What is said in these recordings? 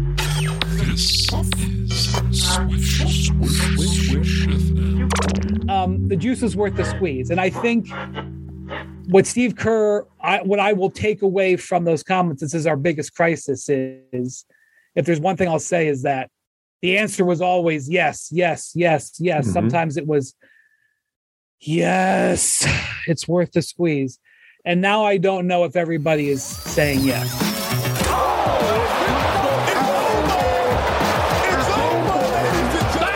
This is Swish, Swish, Swish FM. um, the juice is worth the squeeze. And I think what Steve Kerr, I, what I will take away from those comments, this is our biggest crisis is if there's one thing I'll say is that the answer was always yes, yes, yes, yes. Mhm. Sometimes it was yes, it's worth the squeeze. And now I don't know if everybody is saying yes.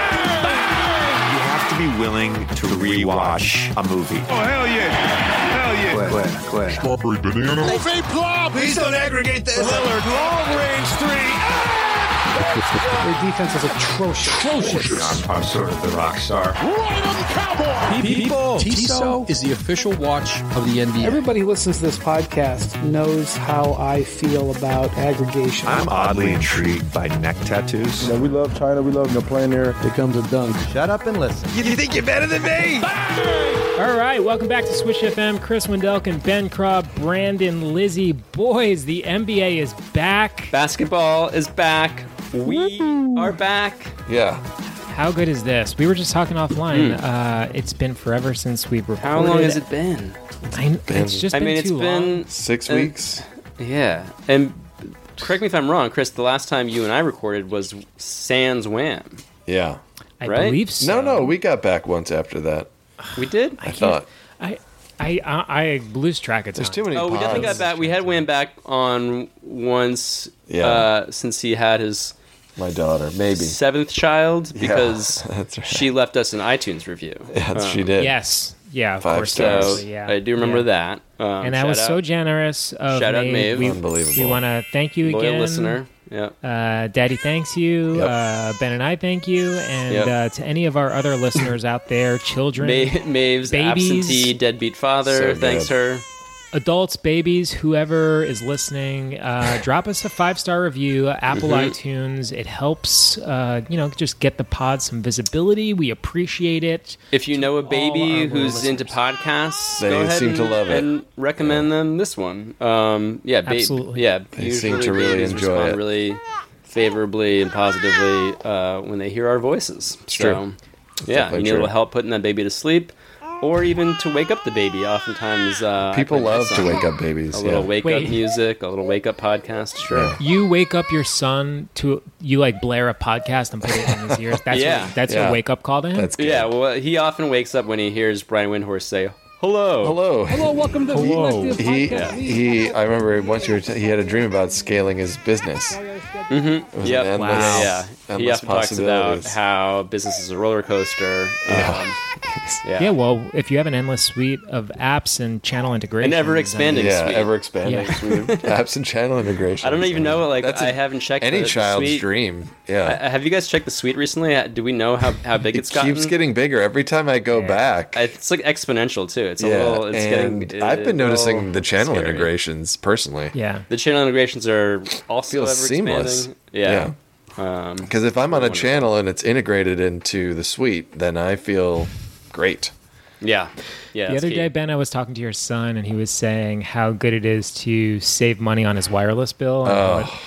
You have to be willing to rewatch a movie. Oh, Strawberry banana. Please don't aggregate this. Lillard, long range three. Their defense is atrocious. I'm, I'm sort of the rock star. People, Tiso is the official watch of the NBA. Everybody who listens to this podcast knows how I feel about aggregation. I'm oddly intrigued by neck tattoos. we love China. We love them playing there. It comes a dunk. Shut up and listen. You think you're better than me? All right, welcome back to Switch FM. Chris Wendelkin, Ben Krob, Brandon, Lizzie. Boys, the NBA is back. Basketball is back. We are back. Yeah. How good is this? We were just talking offline. Uh, it's been forever since we've recorded. Hmm. How long has it been? I, it's just I been mean, it's too long. been Six Uh, weeks. yeah. And correct me if I'm wrong, Chris. The last time you and I recorded was Sans Wham. Yeah. I right? believe so. No, no, we got back once after that. We did. I, thought I, I, I, I lose track of time. there's too many. Oh, we definitely got pods. back. We had Wham back on once. Yeah. Uh, since he had his My daughter, maybe. seventh child, Yeah, because that's right. she left us an iTunes review. Yes, she did. Yes. Yeah, of Five course. stars. So obviously, yeah. I do remember Yeah. that. Um, And that shout was so out, generous of Shout out Maeve. Maeve. We, Unbelievable. We want to thank you loyal again. listener. Yeah. Uh, Daddy thanks you. Yep. Uh, ben and I thank you. And Yep. uh, to any of our other listeners out there, children, Ma- Maeve's Babies. absentee deadbeat father. So thanks her. adults, babies, whoever is listening, uh, drop us a five star review, Apple iTunes. It helps, uh, you know, just get the pod some visibility. We appreciate it. If you know a all our baby loyal who's listeners. into podcasts, They go ahead seem and, to love it. and recommend them this one. Um, yeah, ba- Absolutely. Yeah, They seem to usually really babies enjoy respond it. Really favorably and positively uh, when they hear our voices. so, true. yeah, definitely you need a little true. help putting that baby to sleep, or even to wake up the baby. Oftentimes, uh, I People put love to some- wake up babies. A little yeah. wake Wait. up music, a little wake up podcast. Sure. You wake up your son to you like blare a podcast and put it in his ears. That's Yeah. what, that's Yeah. your wake up call to him. That's good. Yeah, well, he often wakes up when he hears Brian Windhorst say, "Hello." Hello. Hello, welcome to the Hello. Collective He Podcast. he. I remember once you were t- he had a dream about scaling his business. It was Yep. an endless, Wow. Yeah, he endless often talks about possibilities. how business is a roller coaster. Um, yeah. Yeah, well, if you have an endless suite of apps and channel integration, ever-expanding yeah, suite. ever expanding Yeah. suite of apps and channel integration. I don't even know. Like, That's I a- haven't checked any the- the child's suite. dream. I- Yeah, I- have you guys checked the suite recently? Uh, Do we know how, how big it it's gotten? keeps getting bigger every time I go back. I- It's like exponential too. It's a yeah, little. It's and getting. uh, I've been a little noticing the channel scary. integrations personally. yeah, The channel integrations are also feels ever-expanding. seamless. Yeah. Um, Because if I'm on a Wonderful. channel and it's integrated into the suite, then I feel great. yeah. Yeah. the that's other key. day, Ben, I was talking to your son, and he was saying how good it is to save money on his wireless bill. And how it Oh,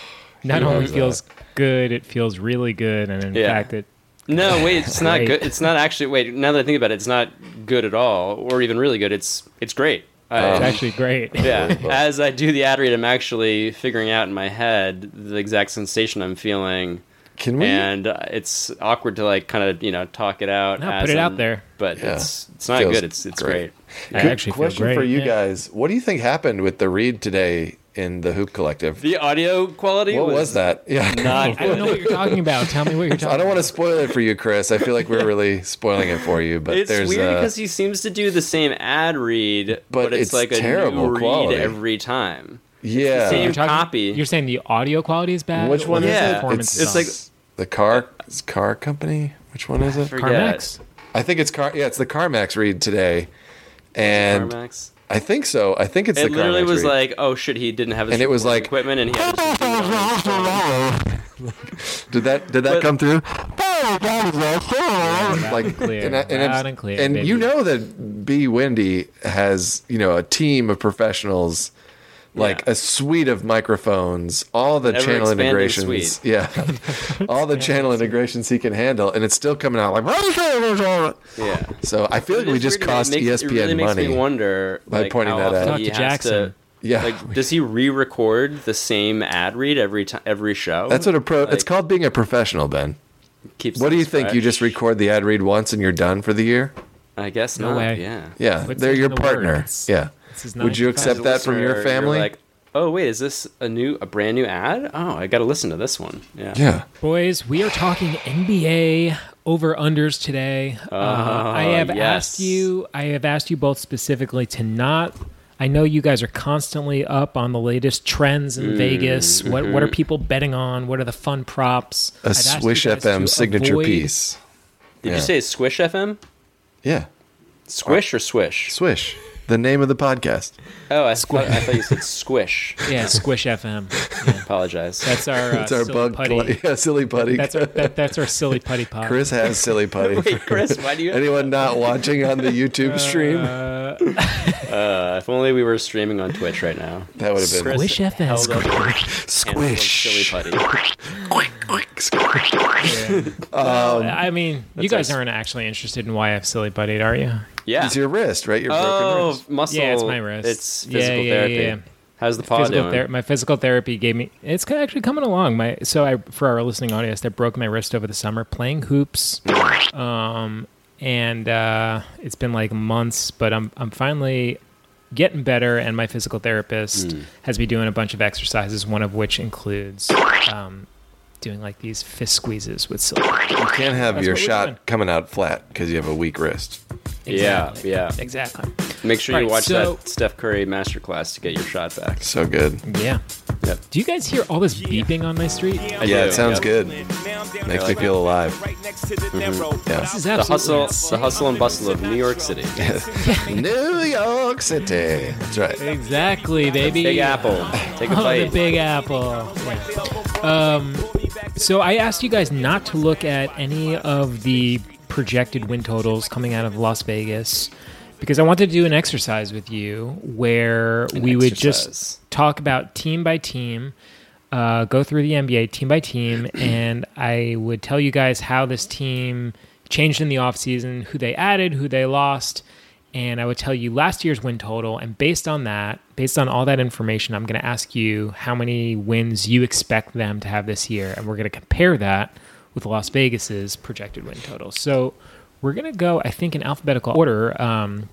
not only loves feels good, it feels really good, and in Yeah. fact, it No, wait, it's not Great. good. It's not actually. Wait, now that I think about it, it's not good at all, or even really good. It's it's great. Uh, I- Um, it's actually great. yeah. Unbelievable. As I do the ad read, I'm actually figuring out in my head the exact sensation I'm feeling, Can we? and uh, it's awkward to like kind of you know talk it out. No, as put it out I'm- there. But it's it's not Feels good. It's it's great. great. I Good actually feel question great, for you yeah. guys. What do you think happened with the read today in the Hoop Collective? The audio quality. what was, that? Yeah. Not I don't know what you're talking about. Tell me what you're talking. I don't want to about. spoil it for you, Chris. I feel like we're really spoiling it for you, but It's there's weird uh, because he seems to do the same ad read, But but, it's it's, like a terrible new read quality. every time. yeah, same You're talking- copy. You're saying the audio quality is bad. Which one or the is it? performance It's- is like- awesome? the car it's car company. Which one is it? Forget. Carmex. I think it's car. Yeah, it's the CarMax read today, and CarMax. I think so. I think it's It the literally CarMax was read. like, oh shit, he didn't have his And it was like- equipment, and he had his computer on his phone. Did that did that But- come through? Loud like and clear. and, I, and, I'm- Loud and clear, and baby. you know that B Wendy has you know a team of professionals like a suite of microphones, all the Ever channel expanding integrations, suite. yeah, all the channel integrations he can handle, and it's still coming out like. Yeah. So I feel like It we is just weird, and cost E it makes, ESPN it really money. Makes me wonder by like, pointing how that out. often Talk he to has Jackson. yeah, Like, does he re-record the same ad read every time, every show? that's what a pro. it's like- called being a professional, Ben. Keeps What do you things think? You fresh? just record the ad read once and you're done for the year? I guess No not. way. Yeah. Yeah, Puts they're in your the partner. work. It's- yeah. it's his nine Would you to five. accept As a that from your listener, you're family? Like, oh wait, is this a new, a brand new ad? Oh, I got to listen to this one. Yeah. yeah. Boys, we are talking NBA over unders today. Uh, Uh-huh. I have yes. asked you. I have asked you both specifically to not. I know you guys are constantly up on the latest trends in Mm-hmm. Vegas. What what are people betting on? What are the fun props? A I've asked you Swish guys FM to signature avoid- piece. Did Yeah. you say Squish FM? Yeah. Squish or Swish? Swish, the name of the podcast. Oh, I, thought, I thought you said Squish. Yeah, Squish FM. Yeah. Apologize. That's our. Uh, It's our silly bug putty. putty. Yeah, silly putty. That's our that, that's our silly putty pod. Chris has silly putty. Wait, Chris, why do you? Anyone not watching on the YouTube stream? Uh, if only we were streaming on Twitch right now. that would have been Chris Squish FM. held up a handful of squish. Silly putty. I mean, you guys our- aren't actually interested in why I have silly putty, are you? Yeah. It's your wrist, right? Your broken oh, wrist. muscle. Yeah, it's my wrist. It's Yeah, physical yeah, therapy. yeah, yeah. How's the pod physical doing? ther- my physical therapy gave me it's kinda actually coming along my so i for our listening audience that broke my wrist over the summer playing hoops um and uh it's been like months but i'm i'm finally getting better and my physical therapist Hmm. has me doing a bunch of exercises one of which includes um doing like these fist squeezes with silver You can't have That's your what we're shot doing. coming out flat because you have a weak wrist. Yeah, yeah. exactly Make sure you Right, watch so- that Steph Curry masterclass to get your shot back. So good. yeah Yep. do you guys hear all this beeping on my street I Yeah, do, it sounds yep. good. Makes me feel alive. this Yeah. is The absolutely hustle, the hustle and bustle of New York City. New York City. That's right. exactly baby Big Apple, take a Oh, the bite. Big Apple. Um, so I asked you guys not to look at any of the projected win totals coming out of Las Vegas because I wanted to do an exercise with you where we would exercise. just talk about team by team, uh, go through the NBA team by team, and I would tell you guys how this team changed in the offseason, who they added, who they lost, and I would tell you last year's win total. And based on that, based on all that information, I'm going to ask you how many wins you expect them to have this year, and we're going to compare that with Las Vegas's projected win total. So. We're gonna go, I think, in alphabetical order,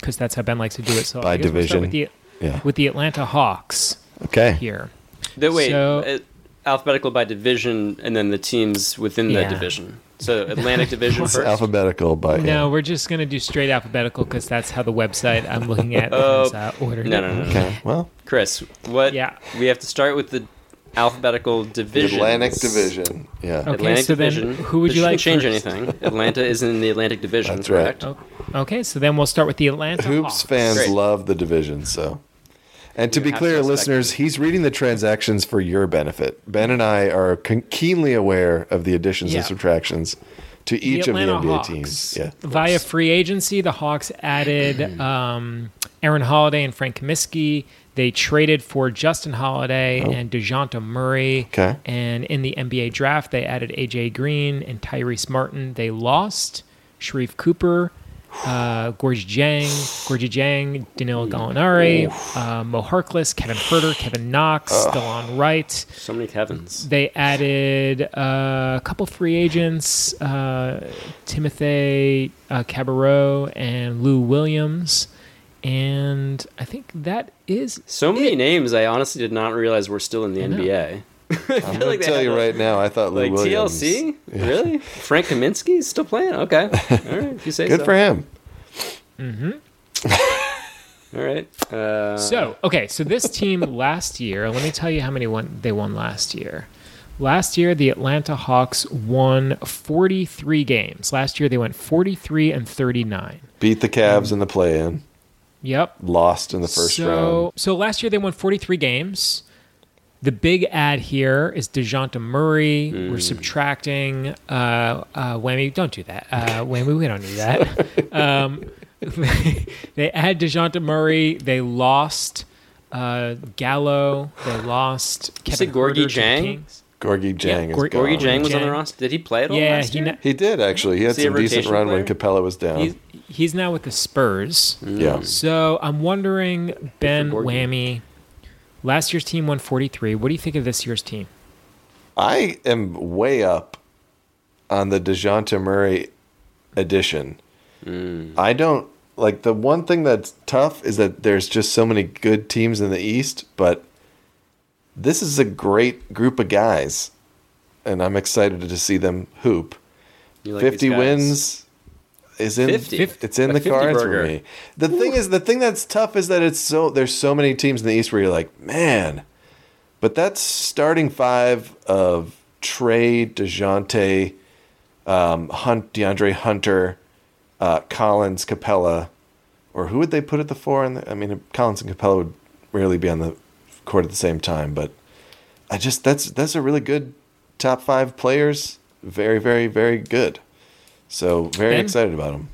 because that's how Ben likes to do it. So By I guess we'll start division. with the, Yeah. with the Atlanta Hawks Okay. here. The, wait, So- uh, alphabetical by division, and then the teams within Yeah. the division. So Atlantic Division It's first. alphabetical by No, we're just gonna do straight alphabetical because that's how the website I'm looking at Oh, is uh, ordered. no, no, no, no. Okay. Well, Chris, what? Yeah. We have to start with the alphabetical division. Atlantic Division. Yeah. Okay. Atlantic so then Division. who would This you like shouldn't change first? Oh. anything. Atlanta is in the Atlantic Division, That's right. correct? O- Okay, so then we'll start with the Atlanta Hoops Hawks. fans Great. love the division, so. And to You be have clear, to respect listeners, he's reading the transactions for your benefit. Ben and I are con- keenly aware of the additions Yeah. and subtractions to The each of the Atlanta NBA Hawks. teams. Yeah. Via free agency, the Hawks added um, Aaron Holiday and Frank Kaminsky. They traded for Justin Holiday and DeJounte Murray. Oh. Okay. And in the NBA draft, they added A.J. Green and Tyrese Martin. They lost Sharif Cooper, uh, Gorgie Jang, Gorgie Jang, Danilo Gallinari, uh, Mo Harkless, Kevin Herter, Kevin Knox, Delon Wright. So many Kevins. They added uh, a couple free agents, uh, Timothy uh, Cabarro and Lou Williams, and I think that is So many names. I honestly did not realize we're still in the know. NBA. I'm feel like going to they tell had you a- right now, I thought Lou Like Williams. TLC? Really? Frank Kaminsky is still playing? Okay. All right. If you say Good so. for him. All right. Uh, So, okay, so this team last year, let me tell you how many won, they won last year. Last year, the Atlanta Hawks won 43 games. Last year, they went 43 and 39. Beat the Mm. Cavs in the play in, Yep. lost in the first so, round. So last year they won 43 games. The big ad here is DeJounte Murray. We're subtracting uh, uh, Whammy. Don't do that. Uh, Whammy, we don't need that. Um, they add DeJounte Murray. They lost uh, Gallo. They lost. Kevin say Gorgie Herter to the Jang? Kings. Gorgie Jang Gor- is gone. Gorgie Jang was on the Jang. roster. Did he play at all Yeah, last he year? kn- He did actually. He had Is he a some decent rotation run when player? Capella was down. He's, he's now with the Spurs. yeah. So I'm wondering, Ben Gordon. Whammy. Last year's team won 43. What do you think of this year's team? I am way up on the DeJounte Murray edition. Hmm. I don't like the one thing that's tough is that there's just so many good teams in the East, but this is a great group of guys, and I'm excited to see them hoop. You like these 50 guys? wins is in 50? it's in A the 50 cards burger. for me. The thing is the thing that's tough is that it's so there's so many teams in the East where you're like, "Man, but that's starting five of Trey, DeJounte, um, Hunt, DeAndre Hunter, uh, Collins, Capella, or who would they put at the four? And I mean, Collins and Capella would rarely be on the court at the same time, but I just that's that's a really good top five players. Very, very, very good. So very Ben? excited about them.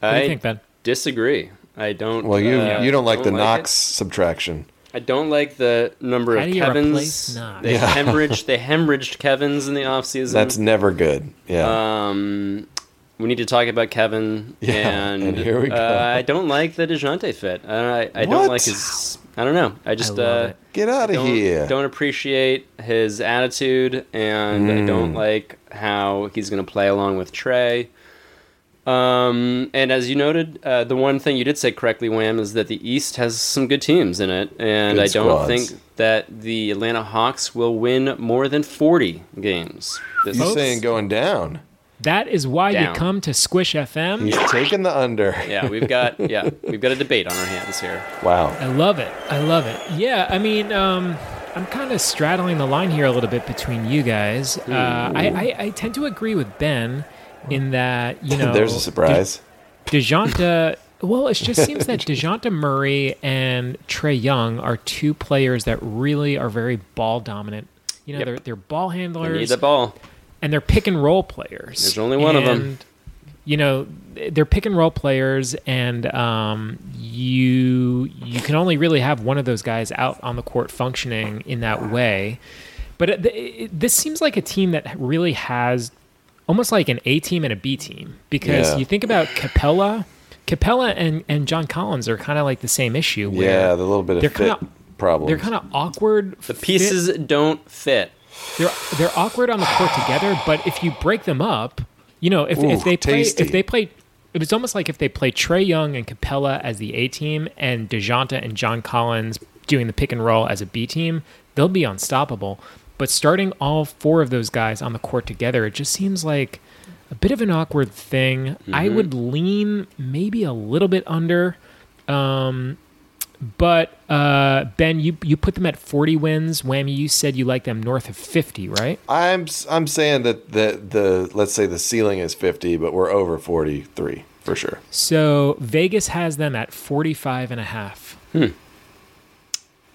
I What do you think, Ben? disagree. I don't. Well, you uh, you don't like the like Mm. Knox subtraction. it. I don't like the number How of do you Kevins. replace Knox? They hemorrhaged. They hemorrhaged Kevin's in the offseason. That's never good. Yeah. Um, we need to talk about Kevin. Yeah, and, and here we go. Uh, I don't like the Dejounte fit. I, I, I don't What? like his. I don't know. I just love uh, it. Get out of don't, here. don't appreciate his attitude, and I Mm. don't like how he's going to play along with Trey. Um, and as you noted, uh, the one thing you did say correctly, Wham, is that the East has some good teams in it, and Good I don't squads. think that the Atlanta Hawks will win more than forty games. This He's season. saying going down. That is why Down. you come to Squish FM. He's taking the under. yeah, we've got yeah, we've got a debate on our hands here. Wow. I love it. I love it. Yeah, I mean, um, I'm kind of straddling the line here a little bit between you guys. Uh, I, I, I tend to agree with Ben in that, you know. There's a surprise. De- DeJounte. Well, it just seems that DeJounte Murray and Trey Young are two players that really are very ball dominant. You know, Yep. they're, they're ball I need handlers the ball. and they're pick and roll players. There's only one of 'em. And, You know, they're pick and roll players, and um, you you can only really have one of those guys out on the court functioning in that way. But it, it, this seems like a team that really has almost like an A team and a B team because Yeah. you think about Capella, Capella and and John Collins are kind of like the same issue. Where Yeah, the little bit they're of fit kinda- problem. They're kind of awkward. The pieces don't fit. they're they're awkward on the court together, but if you break them up, you know, if, Ooh, if they play tasty. if they play it was almost like if they play Trey Young and Capella as the A team and DeJounte and John Collins doing the pick and roll as a B team, they'll be unstoppable. But starting all four of those guys on the court together, it just seems like a bit of an awkward thing. I Mm-hmm. would lean maybe a little bit under. Um, but uh, Ben, you you put them at forty wins. Whammy, you said you like them north of fifty, right? I'm s- I'm saying that the the let's say the ceiling is 50, but we're over 43 for sure. So Vegas has them at 45 and a half.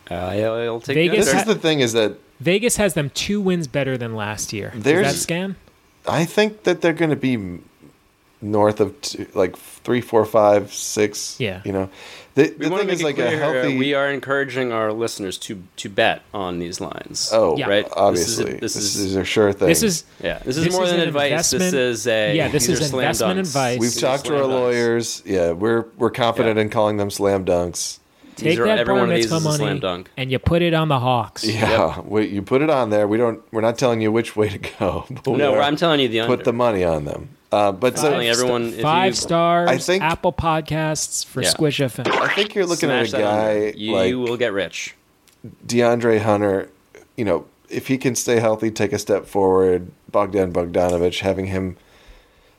Uh, I'll take Vegas the This under. is the thing is that Vegas has them two wins better than last year. There's- Does that scan? I think that they're going to be m- north of two, like three, four, five, six. Yeah. You know, the, we the want to thing make is it like clear, a healthy. uh, we are encouraging our listeners to to bet on these lines. oh, Yeah. right. obviously, this This is, is, a, this is, a sure thing. This is yeah. This is this more is than an advice. This investment- is a Yeah, this these is are slam investment dunks. advice. We've These are talked to slam our dunks. lawyers. Yeah, we're we're confident Yeah. in calling them slam dunks. take are- that every bar one of these mitzvah is a slam money dunk. E and you put it on the Hawks. Yeah, we, you put it on there. We don't. We're not telling you which way to go. but we No, are- I'm telling you the under. put the money on them. Uh, but so Telling everyone if you Five stars. I think- Apple Podcasts for Yeah. Squish FM. I think you're looking smash at a that under, guy you like will get rich. DeAndre Hunter, you know, if he can stay healthy, take a step forward, Bogdan Bogdanovich, having him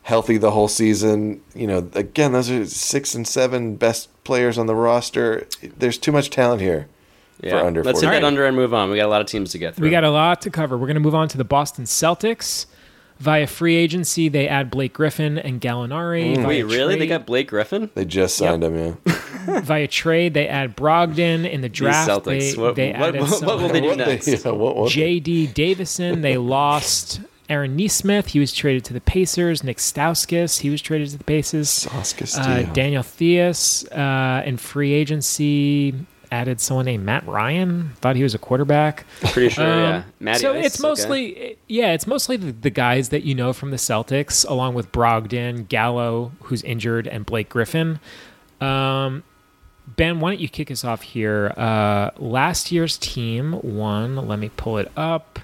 healthy the whole season, you know, again, those are six and seven best players on the roster. There's too much talent here Yeah. for under Let's 40. hit that under and move on. We got a lot of teams to get through. We got a lot to cover. We're going to move on to the Boston Celtics. Via free agency, they add Blake Griffin and Gallinari. Via Mm. Wait, really? They trade- got Blake Griffin? They just signed him, yeah. via trade. They add Brogdon in the draft. Celtics. They, What- they what- added what- what will they do What they- next? yeah, what- what- JD Davison. They lost Aaron Neesmith. He was traded to the Pacers. Nick Stauskas. He was traded to the Pacers. Sauce Uh, Castillo. Daniel Theus uh, in free agency. added someone named Matt Ryan. Thought he was a quarterback. Pretty sure, yeah. Um, Matty so Ice, it's okay. mostly yeah, it's mostly the, the guys that you know from the Celtics, along with Brogdon, Gallo, who's injured, and Blake Griffin. Um, ben, why don't you kick us off here? Uh, last year's team won. Let me pull it up.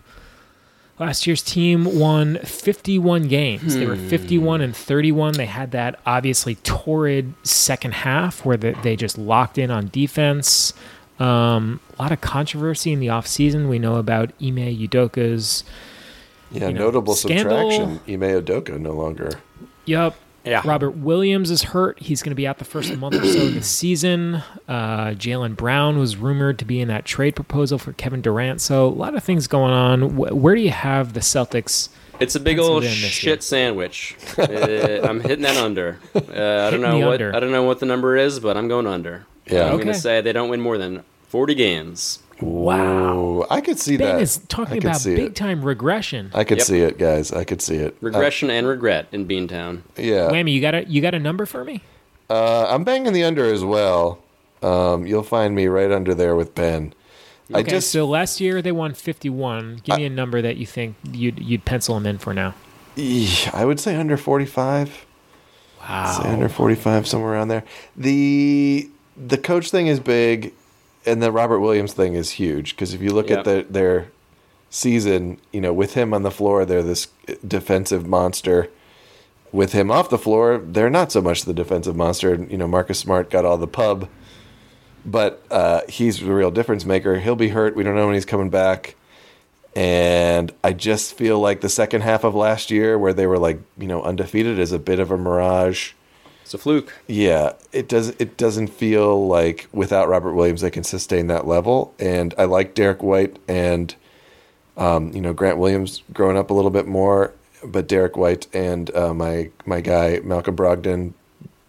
Last year's team won 51 games. They Hmm. were 51 and 31. They had that obviously torrid second half where the, they just locked in on defense. Um, a lot of controversy in the offseason. We know about Ime Udoka's. Yeah, you know, notable scandal. subtraction. Ime Odoka no longer. Yep. Yeah. Robert Williams is hurt. He's going to be out the first month or so of the season. Uh, Jalen Brown was rumored to be in that trade proposal for Kevin Durant. So a lot of things going on. Wh- where do you have the Celtics? It's a big Penciled old in this shit year. sandwich. Uh, I'm hitting that under. Uh, I don't Hitting know the what under. I don't know what the number is, but I'm going under. Yeah. I'm Okay. gonna say they don't win more than 40 games. Wow. I could see Ben that. is I talking could about see big it. time regression. I could Yep. see it, guys. I could see it. Regression and regret in Beantown. I- yeah. Whammy, you got a you got a number for me? Uh, I'm banging the under as well. Um, you'll find me right under there with Ben. I Okay, just so last year they won 51. Give me a number that you think you'd you'd pencil them in for now. Eh, I would say under 45. Say Wow. under 45 somewhere around there. The the coach thing is big and the Robert Williams thing is huge because if you look at Yeah. the, their season, you know, with him on the floor, they're this defensive monster. With him off the floor, they're not so much the defensive monster. You know, Marcus Smart got all the pub, but uh, he's the real difference maker. He'll be hurt. We don't know when he's coming back. And I just feel like the second half of last year, where they were like, you know, undefeated, is a bit of a mirage. It's a fluke. Yeah, it does. It doesn't feel like without Robert Williams they can sustain that level. And I like Derek White and um, you know Grant Williams growing up a little bit more, but Derek White and uh, my my guy Malcolm Brogdon.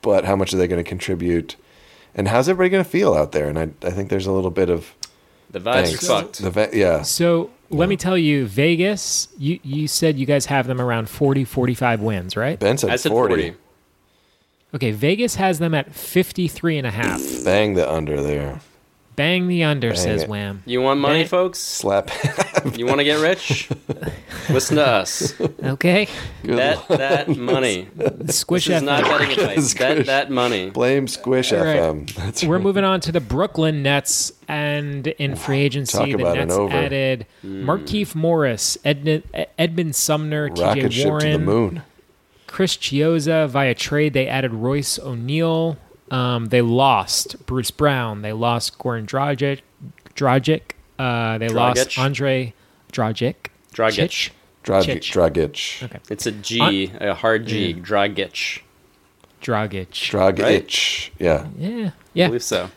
But how much are they going to contribute? And how's everybody going to feel out there? And I, I think there's a little bit of The vibes angst. are fucked. The va- yeah, So let me tell you, Vegas, you, you said you guys have them around 40, 45 wins, right? Ben said, I said 40. 40. Okay, Vegas has them at 53 and a half. Bang the under there. Bang the under, says it. Wham. You want money, Ben- folks? Slap. You want to get rich? Listen to us. Okay. Bet that money. Squish This is F. not betting advice. Bet that money. Blame Squish All right. FM. That's We're right. moving on to the Brooklyn Nets, and in free agency, Talk the about an Nets over. Hmm. added Markeith Morris, Edmund, Edmund Sumner, rocket TJ ship Warren, to the moon. Chris Chioza via trade. They added Royce O'Neal. Um, they lost Bruce Brown. They lost Goran Dragic. Dragic. Uh, they Dragic. lost Andre Dragic. Dragic. Chich? Drag- Chich. Dragic. Okay. It's a G, a hard G. Dragic. Dragic. Dragic. Yeah. yeah. I Yeah. believe so.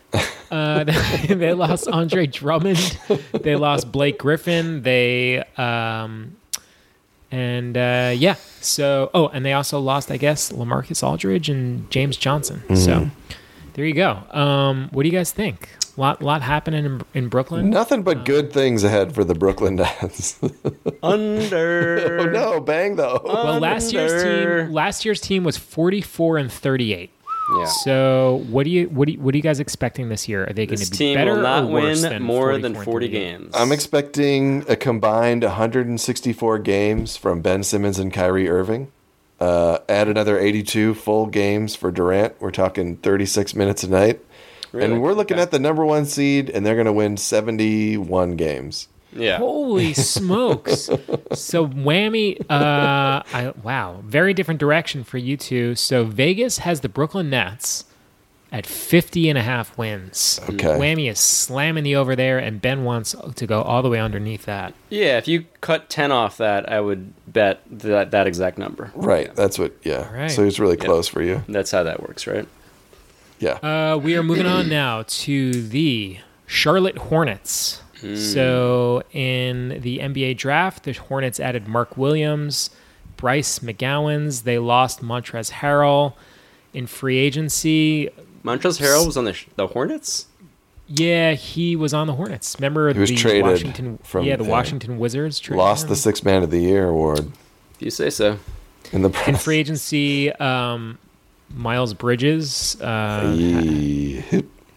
Uh, they, they lost Andre Drummond. They lost Blake Griffin. They um, and uh, yeah. So oh, and they also lost, I guess, Lamarcus Aldridge and James Johnson. Mm-hmm. So there you go. Um, what do you guys think? Lot lot happening in, in Brooklyn. Nothing but good things ahead for the Brooklyn Nets. Under. oh no, bang though. Well, last year's Thunder. team last year's team was forty four and thirty eight. Yeah. So what do you what do you, what are you guys expecting this year? Are they going This to be team better will not or worse win than more than 44 and 40 38? games. I'm expecting a combined 164 games from Ben Simmons and Kyrie Irving. Uh, add another 82 full games for Durant. We're talking 36 minutes a night. Really? And we're looking Okay. at the number one seed, and they're going to win 71 games. yeah. Holy smokes! so whammy. Uh, I, wow, very different direction for you two. So Vegas has the Brooklyn Nets at 50 and a half wins. Okay. Whammy is slamming the over there, and Ben wants to go all the way underneath that. Yeah, if you cut 10 off that, I would bet that, that exact number. Right. That's what, yeah. right. So it's really close for you. That's how that works, right? Yeah. Uh, we are moving on now to the Charlotte Hornets. Hmm. So in the NBA draft, the Hornets added Mark Williams, Bryce McGowan's. They lost Montrez Harrell. In free agency, Montrezl Harrell was on the, sh- the Hornets? Yeah, he was on the Hornets. Remember was the traded Washington from Yeah, the there. Washington Wizards traded Lost him? the Sixth Man of the Year award If you say so. in the in process. free agency um Miles Bridges uh, Yee.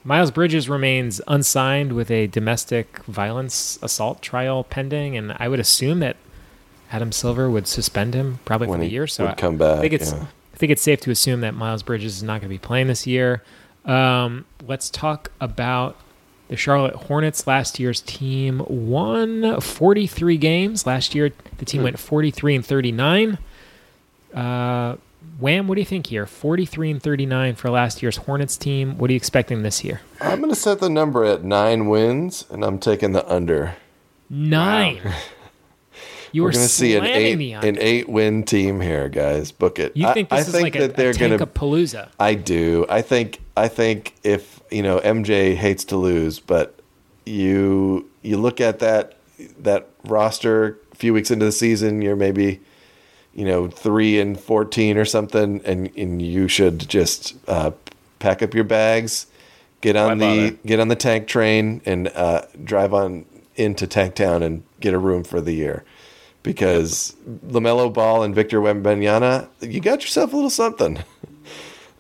Miles Bridges remains unsigned with a domestic violence assault trial pending, and I would assume that Adam Silver would suspend him probably When for the he year. So would I- come I back, think it's yeah. I think it's safe to assume that Miles Bridges is not going to be playing this year. Um, let's talk about the Charlotte Hornets. Last year's team won 43 games. Last year, the Hmm. team went 43 and 39. Uh, Wham, what do you think here? 43 and 39 for last year's Hornets team. What are you expecting this year? I'm going to set the number at nine wins, and I'm taking the under. Nine. You We're are going to see an slamming eight the an under. eight win team here, guys. Book it. You I- think I, this is think like that a, they're a going to Tankapalooza? I do. I think I think if you know MJ hates to lose, but you you look at that that roster a few weeks into the season, you're maybe you know three and fourteen or something, and and you should just uh, pack up your bags, get on Why the bother? get on the tank train, and uh, drive on into Tank Town and get a room for the year. Because Lamelo Ball and Victor Wembanyama, you got yourself a little something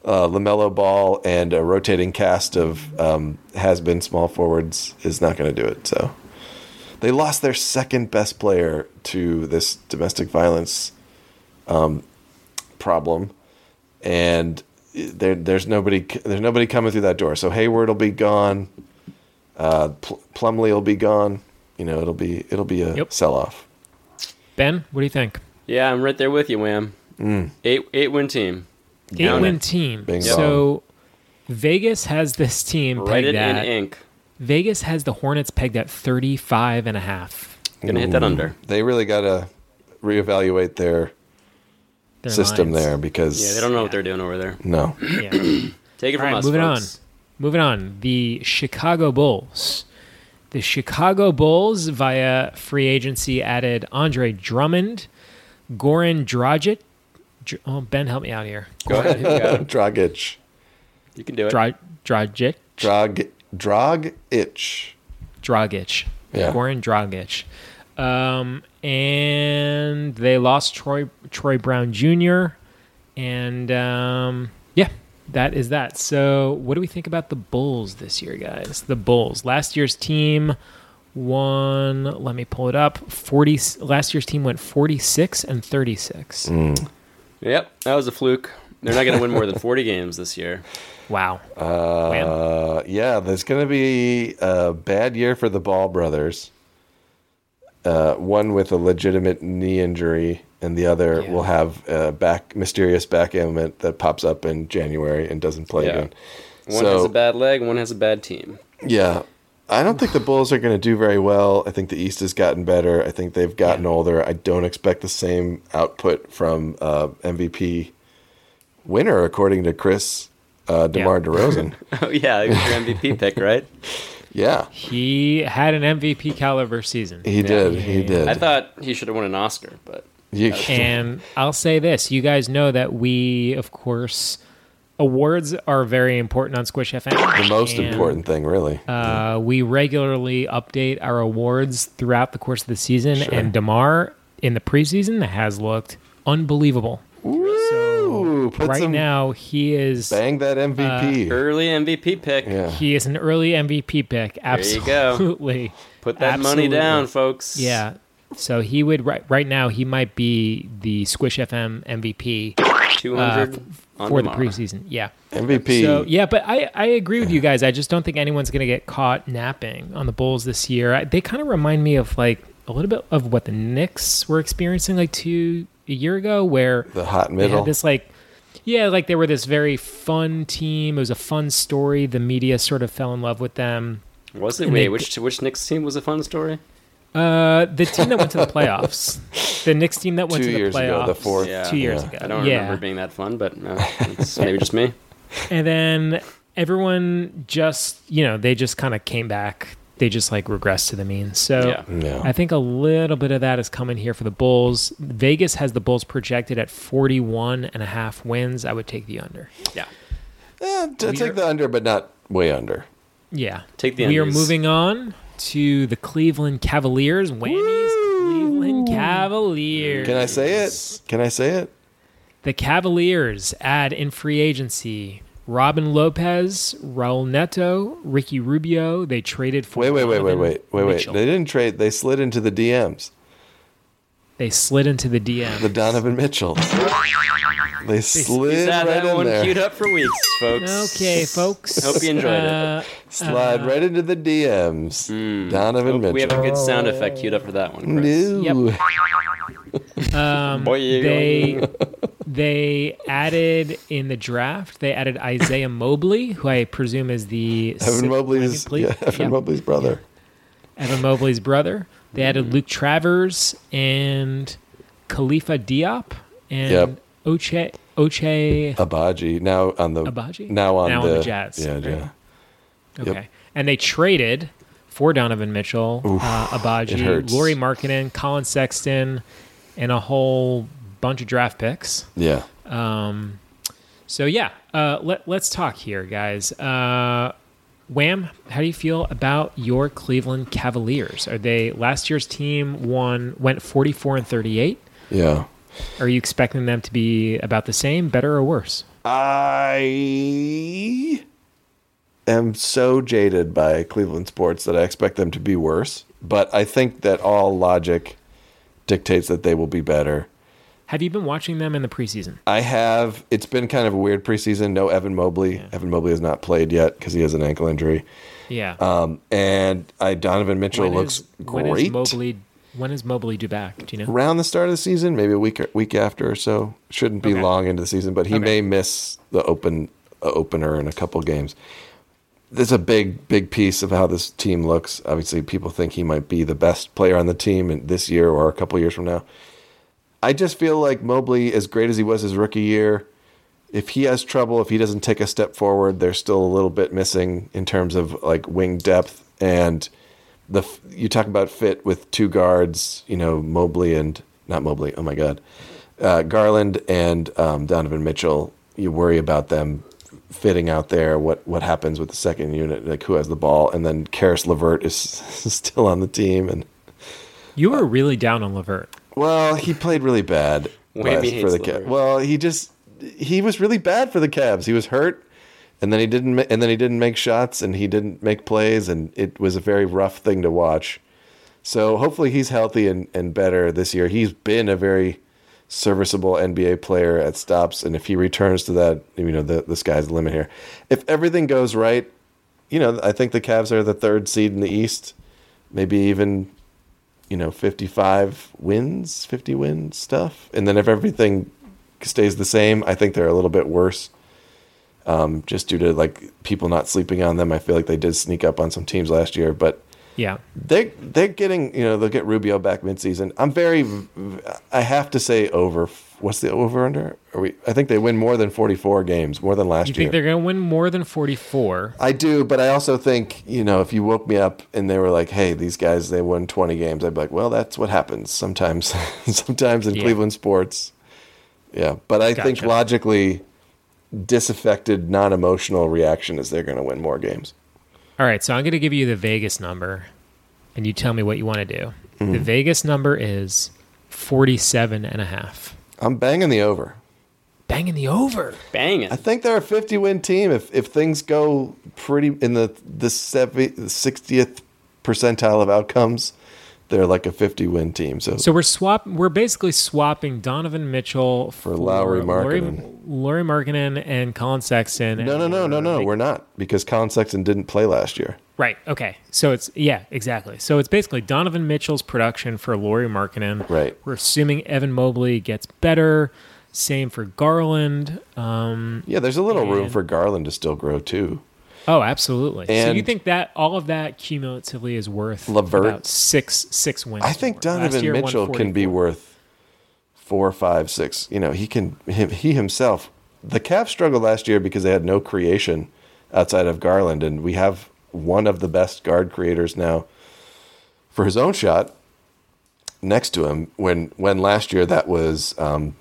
uh, Lamelo Ball and a rotating cast of um, has-been small forwards is not going to do it. So they lost their second best player to this domestic violence um, problem, and there, there's nobody there's nobody coming through that door. So Hayward will be gone, uh, Pl- Plumlee will be gone. You know, it'll be it'll be a Yep. sell-off. Ben, what do you think? Yeah, I'm right there with you, Wham. Eight eight win team. Eight Down win it. team. Bing so Vegas has this team Write pegged it in at ink. Vegas has the Hornets pegged at 35 and a half. Gonna hit that under. They really got to reevaluate their, Their system lines. there because Yeah, they don't know what they're doing over there. no. Yeah. Take it All from right, us. moving folks. on. Moving on. The Chicago Bulls. The Chicago Bulls, via free agency, added Andre Drummond, Goran Dragic. Dr- Oh, Ben, help me out here. Go ahead. You, got it. Dragic. You can do it. Dra- Dragic. Drog Drog Itch. Dragic. Yeah. Goran Dragic. Um, and they lost Troy Troy Brown Jr. And um, yeah, that is that. So what do we think about the Bulls this year, guys? The Bulls. Last year's team won let me pull it up. Forty last year's team went forty six and thirty six. Mm. Yep, that was a fluke. They're not gonna win more than 40 games this year. Wow. Wham. Uh, yeah, there's going to be a bad year for the Ball brothers. Uh, one with a legitimate knee injury, and the other Yeah. will have a back mysterious back ailment that pops up in January and doesn't play Yeah. again. One has a bad leg. One has a bad team. Yeah. I don't think the Bulls are going to do very well. I think the East has gotten better. I think they've gotten older. I don't expect the same output from uh, MVP winner, according to Chris uh, DeMar DeRozan. Oh yeah, it was your MVP pick, right? yeah, He had an MVP caliber season. he did. He did. I thought he should have won an Oscar, but You- And I'll say this: you guys know that we, of course, awards are very important on Squish FM. the most And, important thing, really. Uh, we regularly update our awards throughout the course of the season, and Demar in the preseason has looked unbelievable. Ooh, put right some now, he is bang that MVP. early MVP pick. yeah, he is an early MVP pick. you go. Absolutely, Put that money Absolutely. down, folks. Yeah. So he would right right now he might be the Squish FM MVP two uh, hundred on for the Demar. preseason. Yeah. MVP. So yeah, but I, I agree with you guys. I just don't think anyone's going to get caught napping on the Bulls this year. I, they kind of remind me of like a little bit of what the Knicks were experiencing like two a year ago, where the hot they middle. had this like yeah, like they were this very fun team. It was a fun story. The media sort of fell in love with them. Was it? And Wait, they- which which Knicks team was a fun story? Uh, the team that went to the playoffs, the Knicks team that went Two to the years playoffs ago, the fourth. Yeah. two years Yeah. ago. I don't yeah. remember being that fun, but uh, it's maybe just me. and then everyone just you know they just kind of came back they just like regressed to the mean so Yeah. Yeah. i think a little bit of that is coming here for the bulls vegas has the bulls projected at 41 and a half wins i would take the under Yeah. Eh, t- take the under, but not way under. yeah Take the we are unders. moving on to the cleveland cavaliers whammies cleveland cavaliers Can I say it? Can I say it? The Cavaliers add in free agency Robin Lopez, Raul Neto, Ricky Rubio. They traded for. Wait, wait, wait, wait, Donovan wait, wait, wait. Mitchell. They didn't trade. They slid into the DMs. They slid into the DM. The Donovan Mitchell. They He's slid had right that in one queued there. up for weeks, folks. Okay, folks. Hope you enjoyed it. uh, hmm. Oh, Slide right into the DMs. Donovan Mitchell. We have a good sound effect queued up for that one, Chris. No. Yep. Um, Boy, they they added in the draft. They added Isaiah Mobley, who I presume is the Evan sixth Mobley's, ranked ple- yeah, Evan yeah, Mobley's Mm. brother. Evan Mobley's brother. They added Luke Travers and Khalifa Diop and Yep. Oche Oche. Abaji now on the Abaji? now on, Now the, on the Jazz, Yeah, right? yeah. Okay, and they traded for Donovan Mitchell, uh, it Abaji, hurts. Laurie Markkinen, Colin Sexton, and a whole bunch of draft picks. Yeah. Um, so yeah, uh, let let's talk here, guys. Uh, Wham, how do you feel about your Cleveland Cavaliers? Are they last year's team won went forty four and thirty eight? Yeah. Are you expecting them to be about the same, better or worse? I am so jaded by Cleveland sports that I expect them to be worse, but I think that all logic dictates that they will be better. Have you been watching them in the preseason? I have. It's been kind of a weird preseason. No Evan Mobley. Evan Mobley has not played yet because he has an ankle injury. Yeah, Um, and I Donovan Mitchell When looks is- great. When is Mobley? When is Mobley due back? Do you know? around the start of the season, maybe a week or week after or so. Shouldn't be Okay. long into the season, but he Okay. may miss the open uh, opener in a couple games. There's a big big piece of how this team looks. Obviously, people think he might be the best player on the team in this year or a couple years from now. I just feel like Mobley, as great as he was his rookie year, if he has trouble, if he doesn't take a step forward, there's still a little bit missing in terms of like wing depth and the f- you talk about fit with two guards, you know Mobley and not Mobley. Oh my God, uh, Garland and um, Donovan Mitchell. You worry about them fitting out there. What what happens with the second unit? Like who has the ball? And then Karis Levert is still on the team. And You were really down on Levert. well, he played really bad Whammy last- for hates the Cavs. Lillard. Well, he just he was really bad for the Cavs. He was hurt, and then he didn't ma- and then he didn't make shots, and he didn't make plays, and it was a very rough thing to watch. So hopefully he's healthy and, and better this year. He's been a very serviceable NBA player at stops, and if he returns to that, you know, the, the sky's the limit here. If everything goes right, you know, I think the Cavs are the third seed in the East, maybe even you know 55 wins 50 win stuff and then if everything stays the same i think they're a little bit worse um, just due to like people not sleeping on them i feel like they did sneak up on some teams last year but Yeah. they're they're getting you know they'll get rubio back midseason i'm very i have to say over what's the over under are we i think they win more than 44 games more than last You year think they're going to win more than 44? I do, but I also think, you know, if you woke me up and they were like, hey, these guys, they won 20 games, I'd be like, well, that's what happens sometimes, sometimes in Yeah. Cleveland sports. Yeah. But I think Gotcha. logically, disaffected, non emotional reaction is they're going to win more games. All right, so I'm going to give you the Vegas number, and you tell me what you want to do. The Mm-hmm. Vegas number is 47 and a half. I'm banging the over. Banging the over. Bang I it. think they're a 50 win team if, if things go pretty in the, the seven- 60th percentile of outcomes. They're like a 50 win team. So, So we're swap. We're basically swapping Donovan Mitchell for, Lowry Laurie- Markkanen. Laurie Markkinen and Colin Sexton. and- no, no, no, no, no. We're not because Colin Sexton didn't play last year. Right. Okay. So it's yeah, exactly. So it's basically Donovan Mitchell's production for Laurie Markkinen. Right. We're assuming Evan Mobley gets better. Same for Garland. Um, Yeah, there's a little room And- for Garland to still grow too. Oh, absolutely. so you And- think that all of that cumulatively is worth Levert. about six six wins? I think more. Last Donovan year, Mitchell can be 144. worth four, five, six. You know, he can him, he himself. The Cavs struggled last year because they had no creation outside of Garland, and we have one of the best guard creators now for his own shot next to him. When when last year that was um,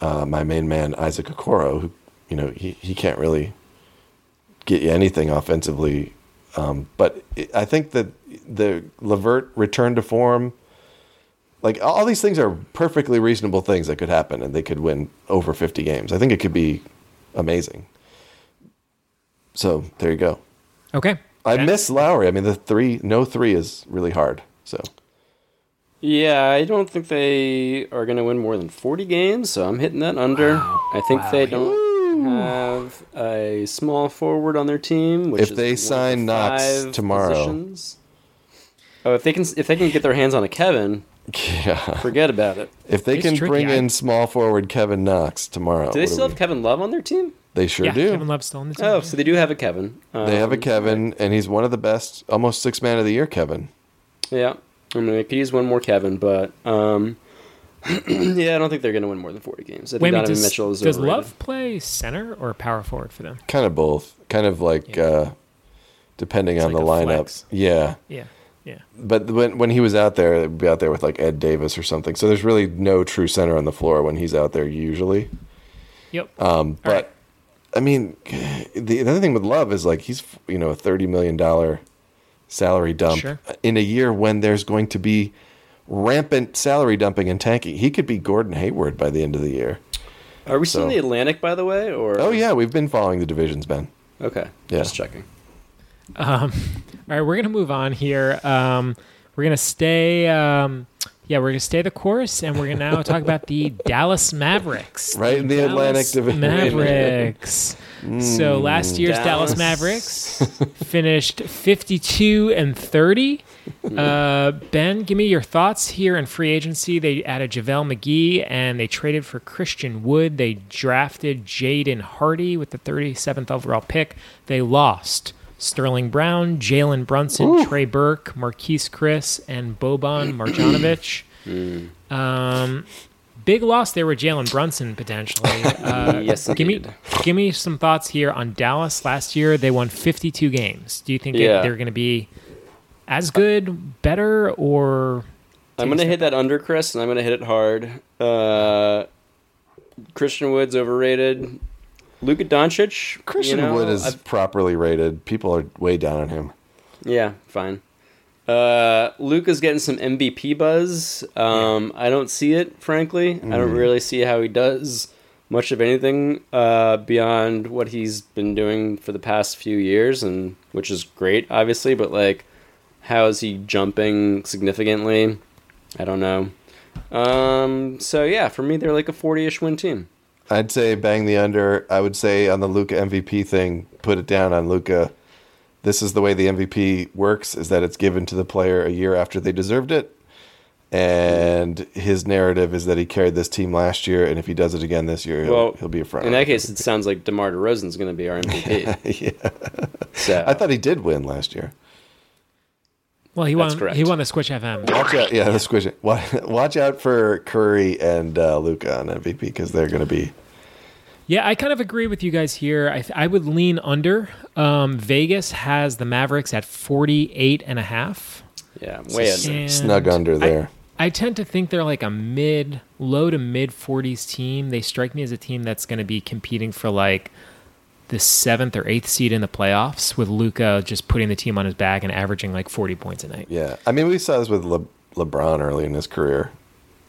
uh, my main man Isaac Okoro, who you know he, he can't really get you anything offensively. Um, but it, I think that the Levert return to form, like all these things are perfectly reasonable things that could happen, and they could win over 50 games. I think it could be amazing. So there you go. Okay. I miss Lowry. I mean, the three, no three is really hard. So Yeah, I don't think they are going to win more than 40 games, so I'm hitting that under. I think they don't have a small forward on their team. Which If is they one of the sign Knox five tomorrow. positions. oh, if they can, if they can get their hands on a Kevin, yeah, forget about it. if they It's can tricky. bring I- in small forward Kevin Knox tomorrow, Do they what do still we- have Kevin Love on their team? they sure yeah, do. Kevin Love's still on the team. Oh, so they do have a Kevin. They have a Um, Kevin, and he's one of the best, almost six man of the year. Kevin, Yeah, I mean, they could use one more Kevin, but um, yeah, I don't think they're going to win more than 40 games. I think Wait a minute, Donovan does, Mitchell is does overrated. Love play center or power forward for them? kind of both, kind of like uh, depending on like the a lineup. flex. Yeah, Yeah, yeah. but when when he was out there, it'd be out there with like Ed Davis or something. So there's really no true center on the floor when he's out there usually. Yep. Um, but right. I mean, the the other thing with Love is like he's you know a thirty million dollar salary dump Sure. in a year when there's going to be rampant salary dumping and tanking. He could be Gordon Hayward by the end of the year. Are we still in so- the Atlantic, by the way? Or Oh yeah, we've been following the divisions, Ben. okay, Yeah. just checking. All right, we're gonna move on here. Um, we're gonna stay. Um, yeah, we're gonna stay the course, and we're gonna now talk about the Dallas Mavericks. Right in the Atlantic Dallas Division. Mavericks. so last year's Dallas, Dallas. Mavericks finished 52 and 30. Uh, ben, give me your thoughts here in free agency. They added JaVale McGee and they traded for Christian Wood. They drafted Jaden Hardy with the 37th overall pick. They lost Sterling Brown, Jalen Brunson, Trey Burke, Marquise Chris, and Boban Marjanovic. Um, big loss there with Jalen Brunson potentially. Uh, Yes, give me indeed. give me some thoughts here on Dallas. Last year they won 52 games. Do you think Yeah. they, they're going to be as good, better, or I'm gonna hit that under, Chris, and I'm gonna hit it hard. Uh, Christian Wood's overrated. Luka Doncic. you Christian know, Wood is I've- properly rated. People are way down on him. yeah, fine. Uh, Luka's getting some MVP buzz. Um, I don't see it, frankly. I Mm. don't really see how he does much of anything uh, beyond what he's been doing for the past few years, and which is great, obviously. But like, how is he jumping significantly? I don't know. Um, so yeah, for me, they're like a forty-ish win team. I'd say bang the under. I would say on the Luca MVP thing, put it down on Luca. This is the way the MVP works: is that it's given to the player a year after they deserved it. And his narrative is that he carried this team last year, and if he does it again this year, he'll, Well, he'll be a front. In that runner. case, it sounds like Demar Derozan's going to be our MVP. So I thought he did win last year. well he That's won correct. he won the Switch FM. Watch out, yeah, the squish. Watch, watch out for Curry and uh, Luca on MVP because they're going to be. Yeah, I kind of agree with you guys here. I, I would lean under. Um, Vegas has the Mavericks at 48 and a half. yeah, way under. And Snug under I- there. I, tend to think they're like a mid, low to mid 40s team. They strike me as a team that's going to be competing for like the seventh or eighth seed in the playoffs with Luca just putting the team on his back and averaging like 40 points a night. Yeah, I mean, we saw this with Le- LeBron early in his career,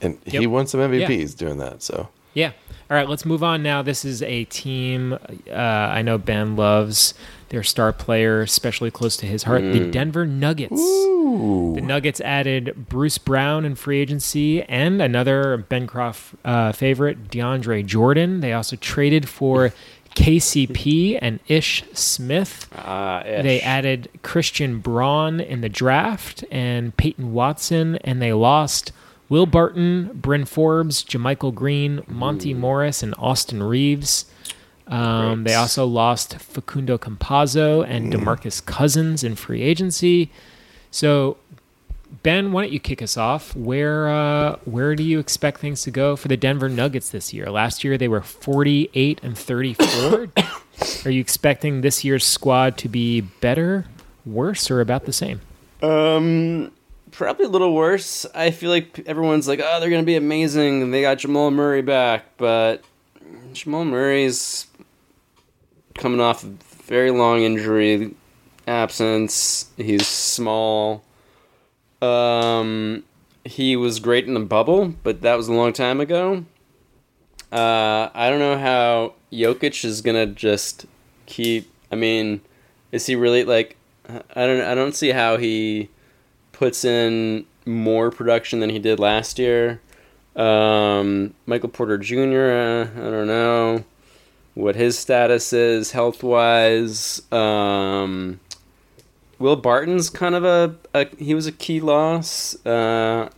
and he Yep. won some MVPs doing that. So Yeah. All right, let's move on now. This is a team uh, I know Ben loves their star player, especially close to his heart, the Denver Nuggets. The Nuggets added Bruce Brown in free agency and another Bencroft uh, favorite, DeAndre Jordan. They also traded for KCP and Ish Smith. Ah, ish. They added Christian Braun in the draft and Peyton Watson, and they lost Will Barton, Bryn Forbes, Jamichael Green, Monty Morris, and Austin Reeves. Um, they also lost Facundo Campazzo and Demarcus Cousins in free agency. So, Ben, why don't you kick us off? Where uh, where do you expect things to go for the Denver Nuggets this year? Last year they were forty eight and thirty four. Are you expecting this year's squad to be better, worse, or about the same? Um, probably a little worse. I feel like everyone's like, oh, they're gonna be amazing, and they got Jamal Murray back, but Jamal Murray's coming off a very long injury absence. He's small. Um, he was great in the bubble, but that was a long time ago. Uh, I don't know how Jokic is gonna just keep. I I mean, is he really like? I don't. I don't see how he puts in more production than he did last year. Um, Michael Porter Jr. Uh, I don't know what his status is health wise. Um, Will Barton's kind of a, a he was a key loss, uh,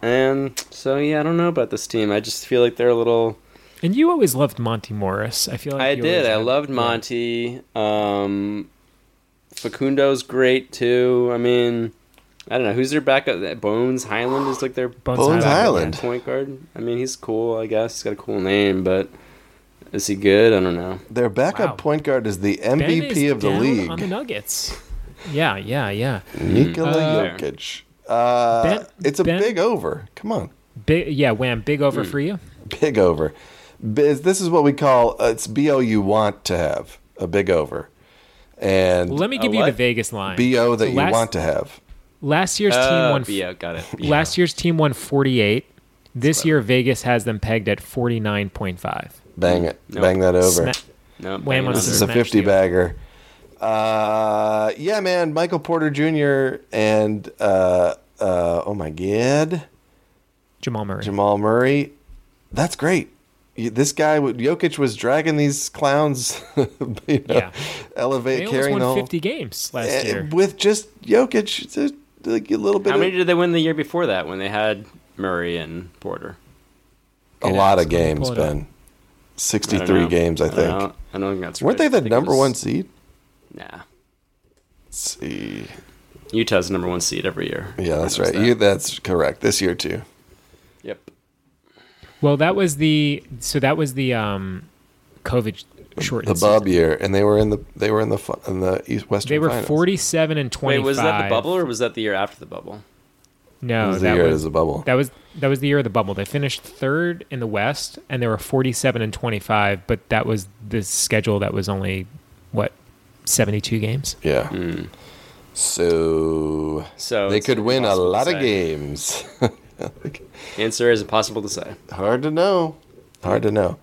and so yeah, I don't know about this team. I just feel like they're a little. And you always loved Monty Morris. I feel like I you always did. I had- loved yeah. Monty. Um, Facundo's great too. I mean, I don't know who's their backup. Bones Highland is like their Bones Highland. point guard. I mean, he's cool. I guess he's got a cool name, but is he good? I don't know. Their backup Wow. point guard is the Ben is MVP of the down league, on the Nuggets. Yeah, yeah, yeah. Nikola Uh, Jokic. Uh, Ben- it's a Ben- big over. Come on, Big, yeah, wham, big over Hmm. for you. big over. Biz- This is what we call uh, it's bo you want to have a big over, and Well, let me give A you the what? Vegas line. bo that you Last- want to have. Last year's team Uh, won. yeah, got it. Yeah. Last year's team won 48. This year, Vegas has them pegged at 49.5. Bang it, Nope. bang that Sma- over. no, Wham bang on another. This is a Smash 50 deal. bagger. Uh, yeah, man. Michael Porter Jr. and, uh, uh, oh my God, Jamal Murray. Jamal Murray. That's great. You- This guy, would- Jokic, was dragging these clowns, you know, Yeah. elevate, they almost carrying the won whole. 50 games last Eh, year. With just Jokic, it's a- like a little bit How many of did they win the year before that when they had Murray and Porter? a lot of Let me games, pull it up. Ben. I don't 63 know. games, I don't think. know. I don't think that's right. Weren't they I the think it number was- one seed? Nah. Let's see. Utah's the number one seed every year. Yeah, that's Knows right. that. You, that's correct. This year, too. Yep. Well, that was the so that was the um, COVID short. the Bob year, and they were in the they were in the fi- in the East Western. They were Finals. 47 and 25. Wait, was that the bubble or was that the year after the bubble? It No, was that the year was as a bubble. That was that was the year of the bubble. They finished third in the West, and they were forty-seven and twenty-five. But that was the schedule that was only what seventy-two games. yeah. So, So they Oh, it's could win a impossible to lot of say. games. Answer is impossible to say. Hard to know. Hard to know.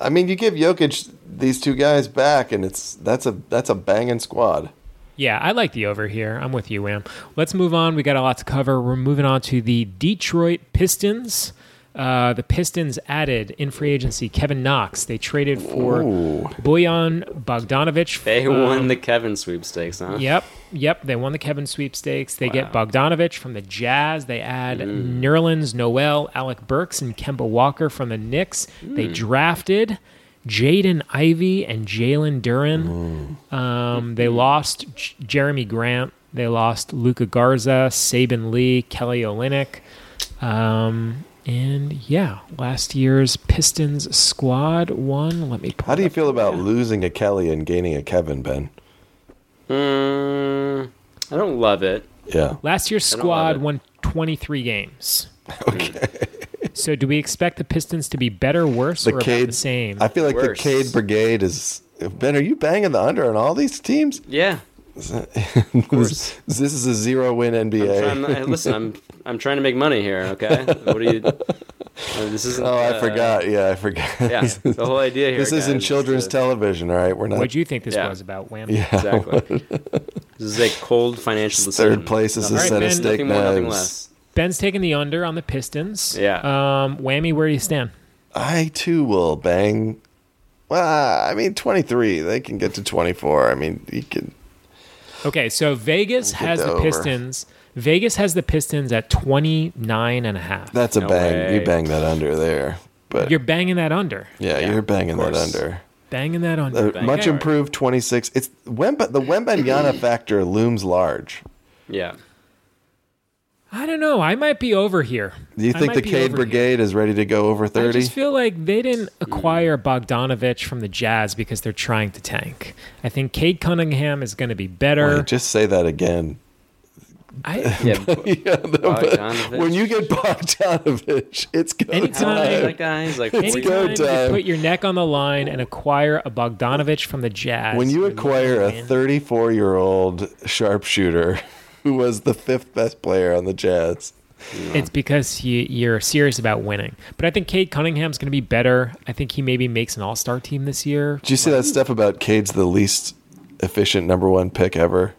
I mean, you give Jokic these two guys back, and it's that's a that's a banging squad. Yeah, I like the over here. I'm with you, Wham. Let's move on. We got a lot to cover. We're moving on to the Detroit Pistons. Uh, the Pistons added in free agency Kevin Knox. They traded for Boyan Bogdanovich. They um, won the Kevin sweepstakes, huh? Yep, yep. They won the Kevin sweepstakes. They get Bogdanovich from the Jazz. They add Nerlens Noel, Alec Burks, and Kemba Walker from the Knicks. They drafted Jaden Ivey and Jalen Duran. Um, they lost J- Jeremy Grant. They lost Luca Garza, Sabin Lee, Kelly Olynyk. Um, and yeah, last year's Pistons squad won. Let me. How do you feel about losing a Kelly and gaining a Kevin, Ben? Mm, I don't love it. Yeah. Last year's don't love squad it. won 23 games. Okay. so do we expect the Pistons to be better, worse, or about the same? I feel like Worse. the Cade Brigade is. Ben, are you banging the under on all these teams? Yeah. this, this is a zero win NBA. I'm trying- listen, I'm I'm trying to make money here. Okay. What are you? uh, this isn't. Oh, I uh, forgot. Yeah, I forgot. Yeah. The whole idea here. this isn't guys, Uh, is children's to- television, all right? We're not What'd you think this Yeah. was about, Wham? Exactly. this is a cold financial decision. third place is a All right, set Ben, of steak nothing more, nothing knives. less. Ben's taking the under on the Pistons. Yeah. Um, whammy, where do you stand? I too will bang. Well, I mean, 23. They can get to 24. I mean, you can. Okay, so Vegas has the the over. Pistons. Vegas has the Pistons at 29 and a half. That's a No bang. You way. bang that under there. But You're banging that under. yeah, yeah, you're banging of that course. under. Banging that Uh, under. much it. improved 26. It's Wemba, the Wembanyama factor looms large. Yeah. I don't know. I might be over here. Do you I think might the be Cade over here. Brigade is ready to go over I 30? just feel like they didn't acquire Bogdanovich from the Jazz because they're trying to tank. I think Cade Cunningham is going to be Wait, better. just say that again. I, Yeah. Yeah, no, but Bogdanovich. when you get Bogdanovich, it's go Anytime. How old is time. that guy? He's like It's 40. go anytime you time. put your neck on the line and acquire a Bogdanovich from the Jazz, When you you're acquire a man. 34 year old sharpshooter who was the fifth best player on the Jazz, it's because you, you're serious about winning. But I think Cade Cunningham's going to be better. I think he maybe makes an All Star team this year. did you see that stuff about Cade's the least efficient number one pick ever.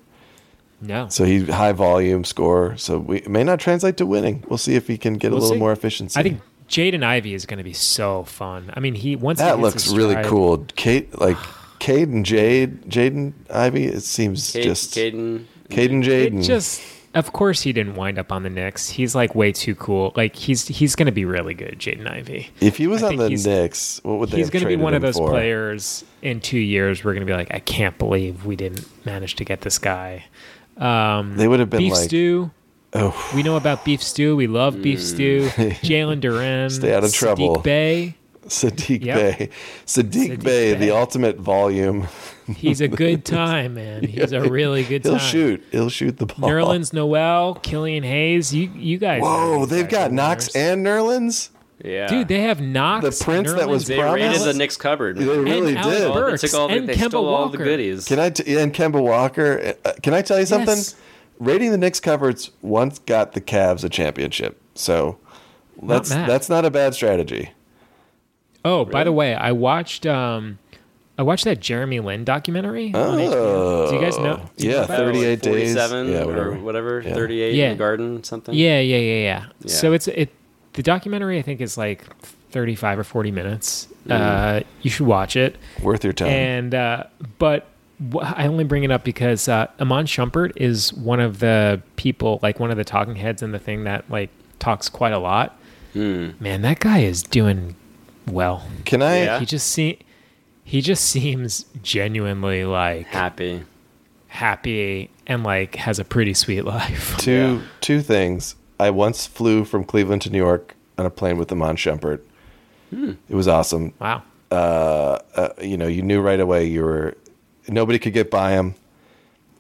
No. So he high volume scorer. So we it may not translate to winning. We'll see if he can get We'll a little see. more efficiency. I think Jaden Ivy is going to be so fun. I mean, he once he that hits looks his really stride- cool. Kate like Cade and Jade Jaden Ivy. It seems Cade, just Cade, Caden. and It Jaden. just, of course, he didn't wind up on the Knicks. He's like way too cool. Like he's he's going to be really good, Jaden Ivy. If he was I on think the he's- Knicks, what would they he's have going to be traded one of him those for? players in two years. We're going to be like, I can't believe we didn't manage to get this guy. Um, They would have been beef like- stew. Oh. Mm. we know about beef stew. We love beef stew. Jalen Duran, Stay out of Sadiq trouble. Bey. Sadiq Yep. Bay. Sadiq, Sadiq Bay, the Bey. ultimate volume. He's a good time, man. He's a really good He'll time. shoot. He'll shoot the ball. Nerlens Noel, Killian Hayes. You you guys. Whoa, know these they've guys got are Knox winners. and Nerlens. Yeah. dude. They have Knox. The prince that Nerlens, was they Promise? raided the Knicks cupboard. They man. really Alec did. Burks. All- they took all the, and they Kemba stole all the Walker. goodies. Can I t- and Kemba Walker? uh, Can I tell you something? Yes. Rating the Knicks cupboards once got the Cavs a championship, so that's mad. that's not a bad strategy. Oh, by the way, I watched um, I watched that Jeremy Lin documentary. on Oh, HBO. Do you guys know? do you know yeah, about it? Oh, like 38 days, 47 yeah, or whatever. whatever. Yeah. 38 Yeah. in the garden, something. Yeah, yeah, yeah, yeah, So Yeah. it's it. The documentary I think is like thirty five or forty minutes. Uh, you should watch it. Worth your time. And uh, but wh- I only bring it up because uh, Amon Schumpert is one of the people, like one of the talking heads in the thing that like talks quite a lot. Man, that guy is doing well. Can I? Yeah. He just see, he just seems genuinely like Happy. happy and like has a pretty sweet life. Two two things. I once flew from Cleveland to New York on a plane with Amon Shumpert. Hmm. It was awesome. Wow. you know, you knew right away you were nobody could get by him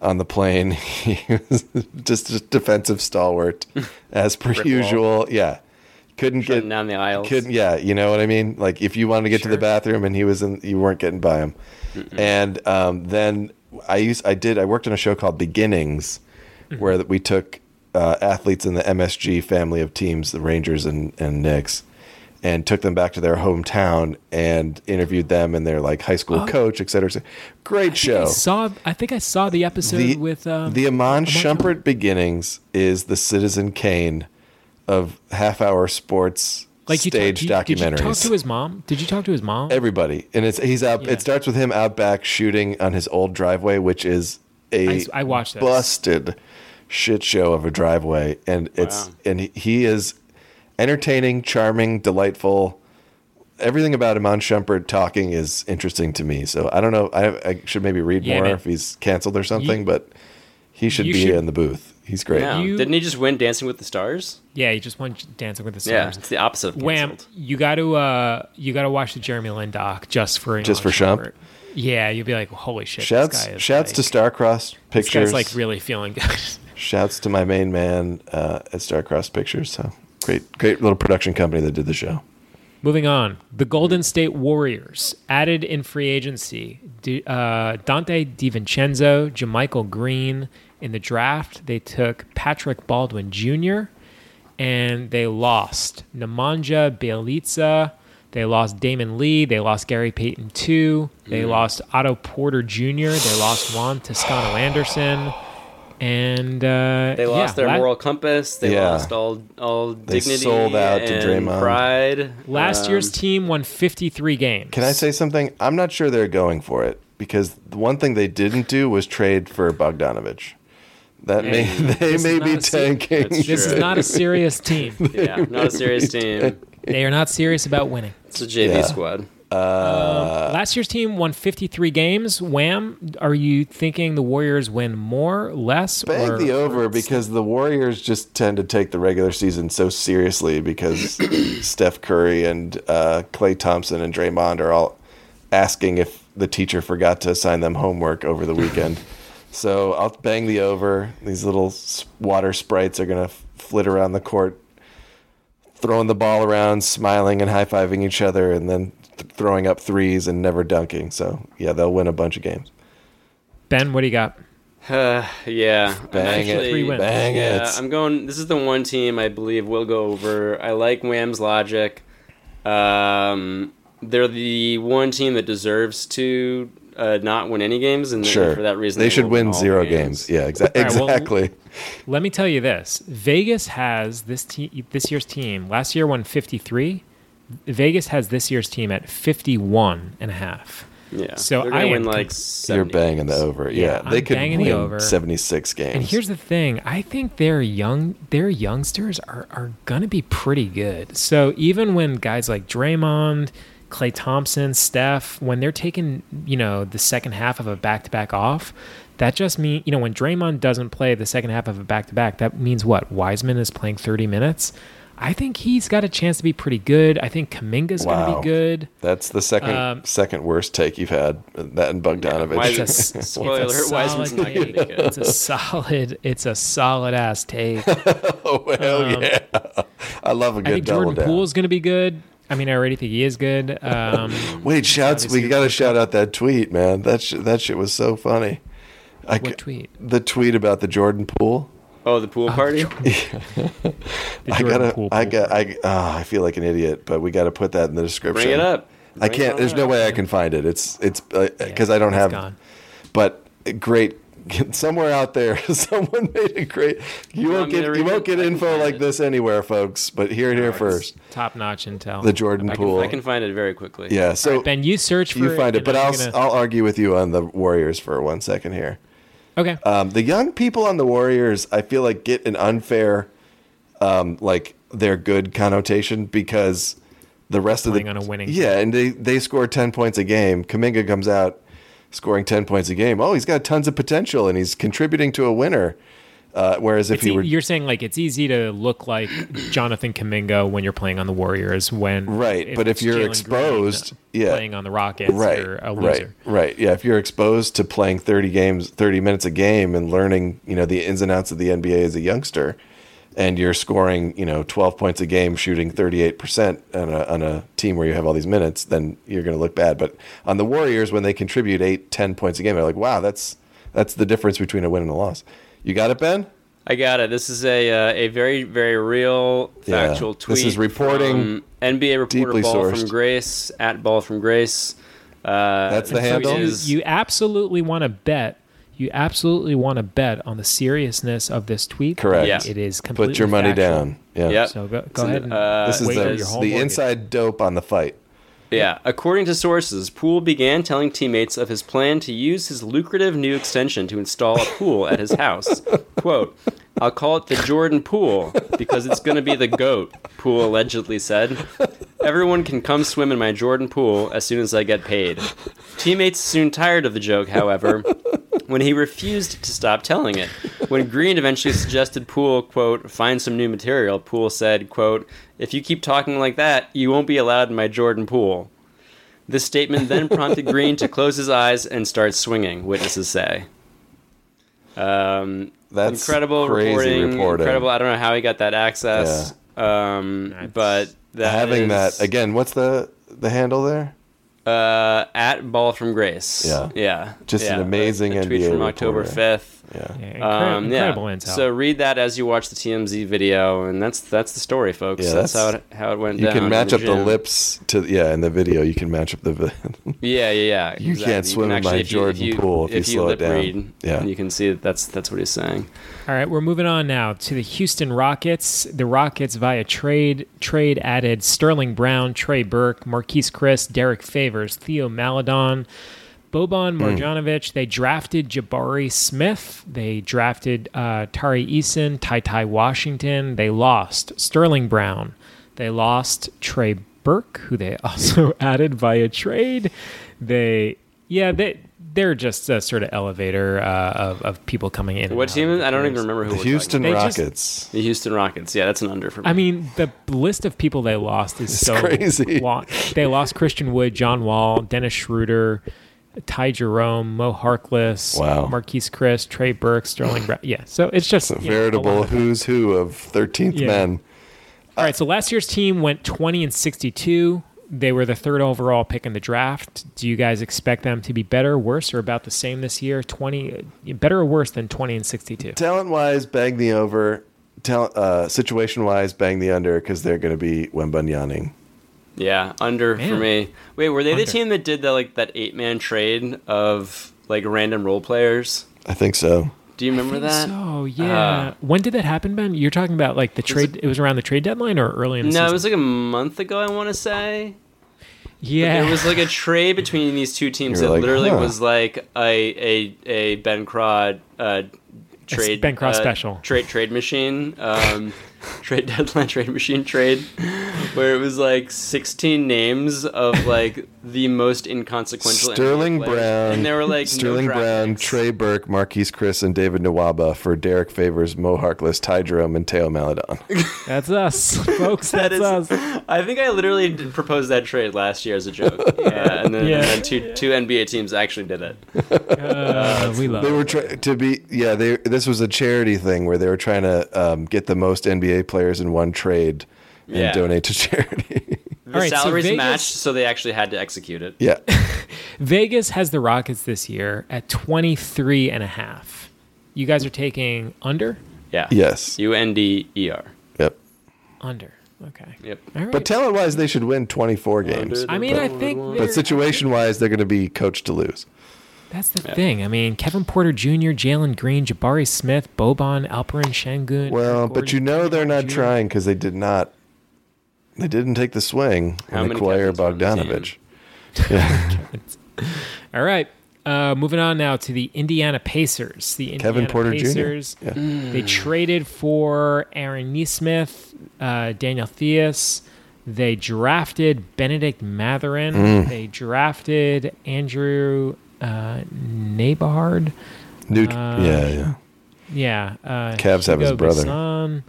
on the plane. He was just a defensive stalwart as per usual. Yeah. Couldn't Shutting get down the aisles. couldn't yeah, you know what I mean? Like if you wanted to get to the bathroom and he was in you weren't getting by him. And um, then I used I did I worked on a show called Beginnings Mm-hmm. where we took uh, athletes in the MSG family of teams, the Rangers and, and Knicks, and took them back to their hometown and interviewed them and their like high school coach, et cetera. et cetera. Great Oh. I show. saw. I think I saw the episode with um, the Amon Shumpert. Shumpert beginnings is the Citizen Kane of half hour sports like you ta- stage you- documentaries. Did you talk to his mom? Did you talk to his mom? Everybody, and it's he's out. Yeah. It starts with him out back shooting on his old driveway, which is a I s- I watched this. busted shit show of a driveway, and it's and he, he is entertaining, charming, delightful. Everything about Iman Shumpert talking is interesting to me. So I don't know. I, I should maybe read Yeah, more man. if he's canceled or something, You- but he should you be should- in the booth. He's great. Yeah. You- Didn't he just win Dancing with the Stars? yeah, he just went Dancing with the Yeah, Stars. it's the opposite of Wham! canceled. You got to uh, you got to watch the Jeremy Lin doc just for Just Elon for Shump? Schumpert. Yeah, you'll be like, holy shit! this Shouts, guy is shouts like, to Starcross This guy's Pictures. like really feeling good. Shouts to my main man uh, at Starcross Pictures. So great, great little production company that did the show. Moving on, the Golden State Warriors added in free agency D- uh, Dante DiVincenzo, Jamichael Green. In the draft, they took Patrick Baldwin Jr. and they lost Nemanja Bjelica. They lost Damon Lee. They lost Gary Payton too. Mm. They lost Otto Porter Jr. They lost Juan Toscano Anderson. And uh, They lost yeah, their la- moral compass. They Yeah. lost all all dignity sold out to and Draymond. pride. Last Um, year's team won 53 games. Can I say something? I'm not sure they're going for it because the one thing they didn't do was trade for Bogdanovich. That may they this may is not be a secret. tanking. That's This is Sure. not a serious team. Um, yeah, not a serious team. They are not serious about winning. It's a JV Yeah. squad. Uh, Last year's team won 53 games. Wham! Are you thinking the Warriors win more, less? Bang or- the over because the Warriors just tend to take the regular season so seriously because Steph Curry and uh, Clay Thompson and Draymond are all asking if the teacher forgot to assign them homework over the weekend. so I'll bang the over. These little s- water sprites are gonna f- flit around the court, throwing the ball around, smiling and high fiving each other, and then th- throwing up threes and never dunking. So yeah, they'll win a bunch of games. Ben, what do you got? Uh, yeah, I'm Bang it. Three wins. Bang yeah, it. I'm going. This is the one team I believe will go over. I like Wham's logic. Um, they're the one team that deserves to uh, not win any games, and then sure. for that reason they should will win all zero games. Yeah, exa- All right, well, exactly. Let me tell you this: Vegas has this te- this year's team. Last year won 53. Vegas has this year's team at 51 and a Hmm. half. Yeah, So They're gonna I am win like com- 70 You're banging the games. over. Yeah, Yeah, they I'm could banging the win over. 76 games. And here's the thing: I think their young, their youngsters are are gonna be pretty good. So even when guys like Draymond, Clay Thompson, Steph, when they're taking you know the second half of a back to back off, that just means you know when Draymond doesn't play the second half of a back to back, that means what? Wiseman is playing 30 minutes. I think he's got a chance to be pretty good. I think Kaminga's gonna Wow. be good. That's the second Um, second worst take you've had. That and Why is it- Bogdanovich. It's a, s- Spoiler, it's a Wiseman's solid, not gonna be take. good. it's a solid, it's a solid ass take. oh well, yeah. I love a Um, I good think double Jordan down. Poole's going to be good. I mean, I already think he is good. Um, Wait, shouts! We obviously- got to shout out that tweet, man. That sh- that shit was so funny. I c- what tweet? The tweet about the Jordan Pool. Oh, the pool party. The I Jordan gotta. Poole I pool. got. I. ah, I feel like an idiot, but we got to put that in the description. Bring it up. I Bring it can't. on There's no up. way I can find it. It's. It's Yeah, because I don't it's have. gone. But great. Somewhere out there, someone made a great. You want won't me to get. read You won't it? get I can info find like it. this anywhere, folks. But here it here first. top notch intel. The Jordan I Pool. can, I can find it very quickly. Yeah. So ben, you search for you find it, and but I'm I'll gonna- I'll argue with you on the Warriors for one second here. okay. Um, the young people on the Warriors, I feel like get an unfair, um, like their good connotation because the rest of the Playing on a winning yeah, and they they score ten points a game. Kaminga comes out scoring ten points a game. Oh, he's got tons of potential and he's contributing to a winner. Uh, whereas if It's he e- were you're saying like it's easy to look like Jonathan Kaminga when you're playing on the Warriors. When Right, but if it's you're Jalen Green exposed, yeah. playing on the Rockets, you're a right, loser. right. Yeah, if you're exposed to playing 30 games, 30 minutes a game, and learning, you know, the ins and outs of the NBA as a youngster, and you're scoring, you know, 12 points a game, shooting 38 percent on a on a team where you have all these minutes, then you're going to look bad. But on the Warriors, when they contribute eight, 10 points a game, they're like, wow, that's that's the difference between a win and a loss. You got it, Ben? I got it. This is a uh, a very very real Yeah. factual tweet. This is reporting from NBA reporter deeply Ball from sourced. Grace at Ball from Grace. Uh, That's the this handle? you, is- you absolutely want to bet. You absolutely want to bet on the seriousness of this tweet. Correct. Yeah. It is completely Put your money factual. down. Yeah. Yep. So go, It's go in ahead. the- and uh, This is wait Wait, for there's your the, home the mortgage. inside dope on the fight. Yeah. According to sources, Poole began telling teammates of his plan to use his lucrative new extension to install a pool at his house. Quote, I'll call it the Jordan Pool because it's going to be the GOAT, Poole allegedly said. Everyone can come swim in my Jordan pool as soon as I get paid. Teammates soon tired of the joke, however, when he refused to stop telling it. When Green eventually suggested Poole, quote, find some new material, Poole said, quote, if you keep talking like that, you won't be allowed in my Jordan pool. This statement then prompted Green to close his eyes and start swinging, witnesses say. Um, That's incredible crazy reporting, reporting. Incredible. I don't know how he got that access. Um, but that Having is- that again, what's the the handle there? uh, at Ball from Grace. Yeah. yeah, Just an Yeah. amazing a, a tweet NBA from October reporter. fifth. Yeah. Yeah, incre- Um, yeah. incredible intel. So read that as you watch the TMZ video, and that's that's the story, folks. Yeah, that's, that's- how it, how it went You down. can in match up the gym. lips to yeah in the video. You can match up the. vi- Yeah, yeah, yeah. You exactly. can't swim in actually- my if you- Jordan pool if you slow it lip down. Read, Yeah. you can see that that's that's what he's saying. All right, we're moving on now to the Houston Rockets. The Rockets via trade trade added Sterling Brown, Trey Burke, Marquise Chris, Derek Favors, Theo Maladon, Hmm. Boban Marjanovic. They drafted Jabari Smith. They drafted uh, Tari Eason, Ty Ty Washington. They lost Sterling Brown. They lost Trey Burke, who they also added via trade. They yeah they. They're just a sort of elevator uh, of, of people coming in. and What out team? of Is, I don't even players. remember who. The we're Houston talking They about. just- Rockets. The Houston Rockets. Yeah, that's an under for me. I mean, the list of people they lost is so crazy. Long. They lost Christian Wood, John Wall, Dennis Schroeder, Ty Jerome, Mo Harkless, Wow. Marquise Chris, Trey Burke, Sterling Brown. Yeah, so it's just The you know, a lot veritable of- who's who of thirteenth Yeah. men. All right, so last year's team went 20 and 62. They were the third overall pick in the draft. Do you guys expect them to be better, worse, or about the same this year? 20 better or worse than 20 and 62? Talent wise, bang the over. Talent uh, situation wise, bang the under because they're going to be Wembanyaning. Yeah, under for Man. me. Wait, were they Under. the team that did that like that eight man trade of like random role players? I think so. Do you remember that? Oh yeah. Uh, when did that happen, Ben? You're talking about like the trade. It was around the trade deadline or early in the No, season. it was like a month ago. I want to say. yeah. There was like a trade between these two teams You that were like, literally huh. was like a a a Ben Crod uh, trade Ben Crod uh, special. trade trade machine um, trade deadline trade machine trade where it was like 16 names of like the most inconsequential NBA Sterling players. Brown. and they were like no Sterling draft Brown, picks. Trey Burke, Marquise Chris, and David Nawaba for Derek Favors, Mo Harkless, Ty Jerome, and Teo Maladon. That's us, folks. That That's is- us. I think I literally d- proposed that trade last year as a joke, yeah, and then, Yeah. and then two two NBA teams actually did it. Uh, we love. They it. were try- to be yeah. They this was a charity thing where they were trying to um, get the most NBA players in one trade and Yeah. donate to charity. The All right, so salaries Vegas- matched, so they actually had to execute it. yeah, Vegas has the Rockets this year at 23 and a half. You guys are taking under? Yeah. yes, U N D E R. yep. Under. Okay. Yep. All right. But talent wise, they should win twenty four games. I mean, I think they're- But situation wise, they're going to be coached to lose. that's the thing. I mean, Kevin Porter Jr., Jalen Green, Jabari Smith, Boban, Alperin, Shangun. Well, Eric but you Gordon, know they're not Jr.. trying because they did not. They didn't take the swing How when they many acquired captains were on the team? Bogdanovich. All right. Uh, moving on now to the Indiana Pacers. The Indiana Kevin Porter Jr. Pacers. Yeah. They traded for Aaron Neesmith, uh, Daniel Theus. They drafted Benedict Matherin. Mm. They drafted Andrew uh, Nabehard. New, Uh, yeah, yeah. Yeah. Uh, Cavs have his Hugo brother. Bisson.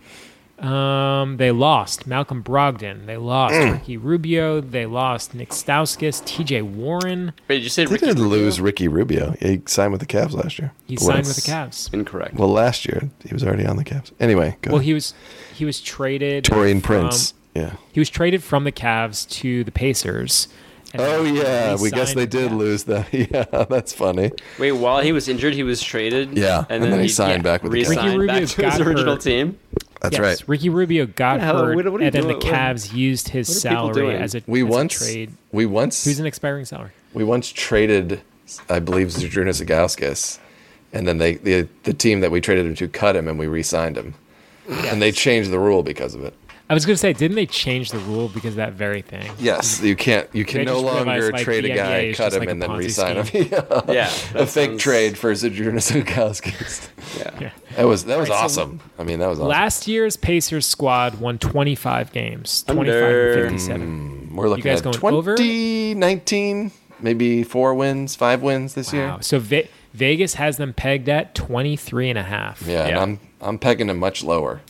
Um, they lost Malcolm Brogdon. They lost Mm. Ricky Rubio. They lost Nick Stauskas, TJ Warren. Wait, did you say They Ricky? didn't lose Ricky Rubio. He signed with the Cavs last year. He Well, signed with the Cavs. Incorrect. Well, last year he was already on the Cavs. Anyway, go. Well, ahead. he was he was traded. Torian from- Prince. Yeah. He was traded from the Cavs to the Pacers. and Oh then yeah, we guess re-signed they the did Cavs. lose that. Yeah, that's funny. Wait, while he was injured, he was traded. Yeah, and and then then, he signed back with the Cavs. re-signed Ricky Rubio back to got his original hurt. team. That's yes, right. Ricky Rubio got the hell? hurt, What- what are you and then the doing? What- Cavs used his what are people salary doing? as a We as a once trade. we once He was an expiring salary. we once traded, I believe, Zdrunas Agauskas, and then they the the team that we traded him to cut him, and we re-signed him, and they changed the rule because of it. I was going to say, didn't they change the rule because of that very thing? Yes, you can't. You can They no just longer realized, like, trade the NBA a guy, is cut just him, like a and then Ponzi re-sign him. yeah, Yeah, a that fake sounds- trade for Zdrunas Agauskas. Yeah. That was that was All right, so awesome. I mean, that was awesome. Last year's Pacers squad won 25 games, 25 Under. and 57. We're looking guys at going 20, over? 19, maybe four wins, five wins this year. Wow. So Ve- Vegas has them pegged at 23 and a half. Yeah, and Yeah. I'm I'm pegging them much lower.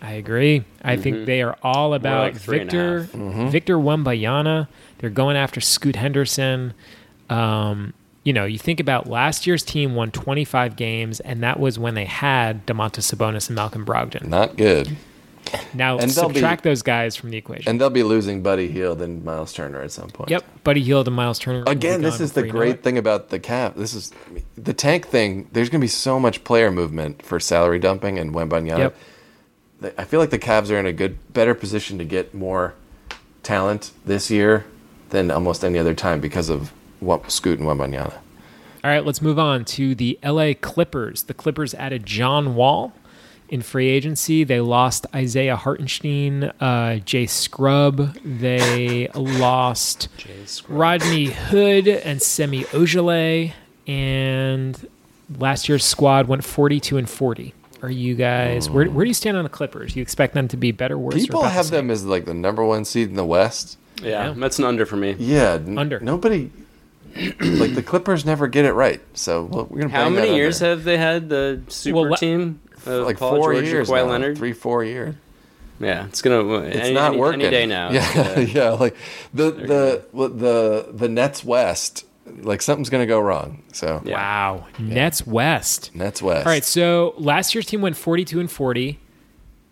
I agree. I think they are all about Mm-hmm. like three and a Victor half. Mm-hmm. Victor Wembayana. They're going after Scoot Henderson. Um, you know, you think about last year's team won 25 games, and that was when they had Demontis Sabonis and Malcolm Brogdon. Not good. Now And they'll be- subtract those guys from the equation. And they'll be losing Buddy Hield and Miles Turner at some point. yep, Buddy Hield and Miles Turner. will Again, be this gone is the before you know great it. thing about the cap. This is I mean, the tank thing. There's going to be so much player movement for salary dumping and Wembanyama. Yep. They- I feel like the Cavs are in a good, better position to get more talent this year than almost any other time because of what Scoot and Wembanyama. All right, let's move on to the LA Clippers. The Clippers added John Wall in free agency. They lost Isaiah Hartenstein, uh, Jay Scrub. They lost Rodney Hood and Semi Ojeley. And last year's squad went 42 and 40. Are you guys, where, where do you stand on the Clippers? You expect them to be better, worse, or People about the have same? them as like the number one seed in the West. Yeah, that's an under for me. Yeah, n- Under. Nobody, like the Clippers, never get it right. So well, we're gonna. How bang that many under. years have they had the super Well, la- team? Of like Paul four George and years? Kawhi now, Leonard. Three, four years. Yeah, it's gonna. It's any, not any, working Any day now. Yeah, yeah. Like the the well, the the Nets West. Like something's gonna go wrong. So Yeah. Wow. Nets West. Nets West. All right, so last year's team went 42 and 40.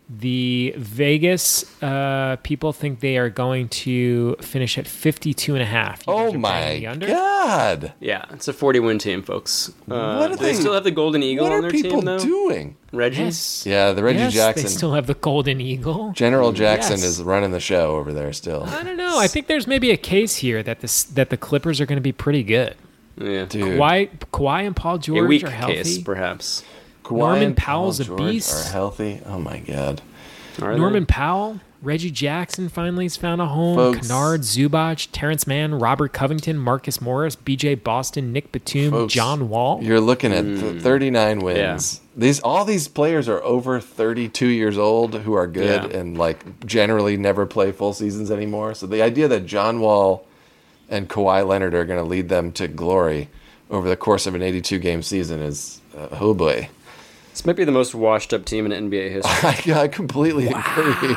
the Vegas uh, people think they are going to finish at 52 and a half. You guys Oh are my banging the under? god! Yeah, it's a 40 win team, folks. Uh, What are do they, they- still have the Golden Eagle What on are their people team, though? doing? Reggie's? Yes. Yeah, the Reggie Yes, Jackson, They still have the Golden Eagle. General Jackson Yes. is running the show over there still. I don't know. I think there's maybe a case here that this that the Clippers are going to be pretty good. Yeah. Dude, Kawhi, Kawhi and Paul A George weak are healthy. case, perhaps. Kawhi Norman and Powell's Paul a George beast. Are healthy? Oh my god! Are they? Norman Powell, Reggie Jackson finally's found a home. Folks. Kennard, Zubach, Terrence Mann, Robert Covington, Marcus Morris, B.J. Boston, Nick Batum, Folks, John Wall. You're looking at th- 39 wins. These all these players are over 32 years old who are good Yeah. and like generally never play full seasons anymore. So the idea that John Wall and Kawhi Leonard are going to lead them to glory over the course of an 82 game season is uh, oh boy. This might be the most washed up team in NBA history. I, I completely agree.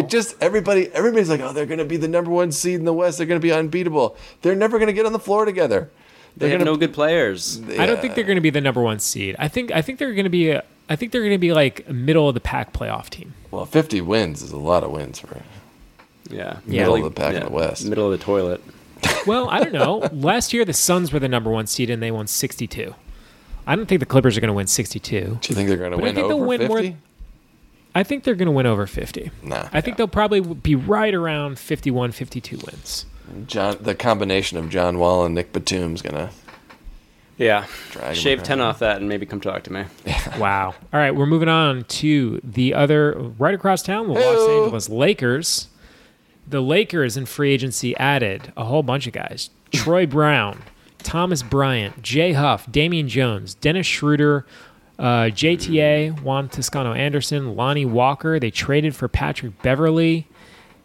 It just everybody everybody's like, "Oh, they're going to be the number 1 seed in the West. They're going to be unbeatable. They're never going to get on the floor together." They They're have gonna- no good players. I don't think they're going to be the number one seed. I think I think they're going to be a, I think they're going to be like a middle of the pack playoff team. Well, 50 wins is a lot of wins for Yeah. Middle Yeah. of the pack in the West. Middle of the toilet. Well, I don't know. Last year the Suns were the number one seed and they won sixty two. I don't think the Clippers are going to win sixty two. Do you think they're going to But I win think they'll over win more- 50? I think they're going to win over fifty. Nah. I think they'll probably be right around 51, 52 wins. John, the combination of John Wall and Nick Batum's going to. Yeah. Drag 'em Shave around. 10 off that and maybe come talk to me. Wow. All right, we're moving on to the other right across town, the Los Hey-o. Angeles Lakers. The Lakers in free agency added a whole bunch of guys: Troy Brown, Thomas Bryant, Jay Huff, Damian Jones, Dennis Schroeder, uh, JTA, Juan Toscano Anderson, Lonnie Walker. They traded for Patrick Beverly.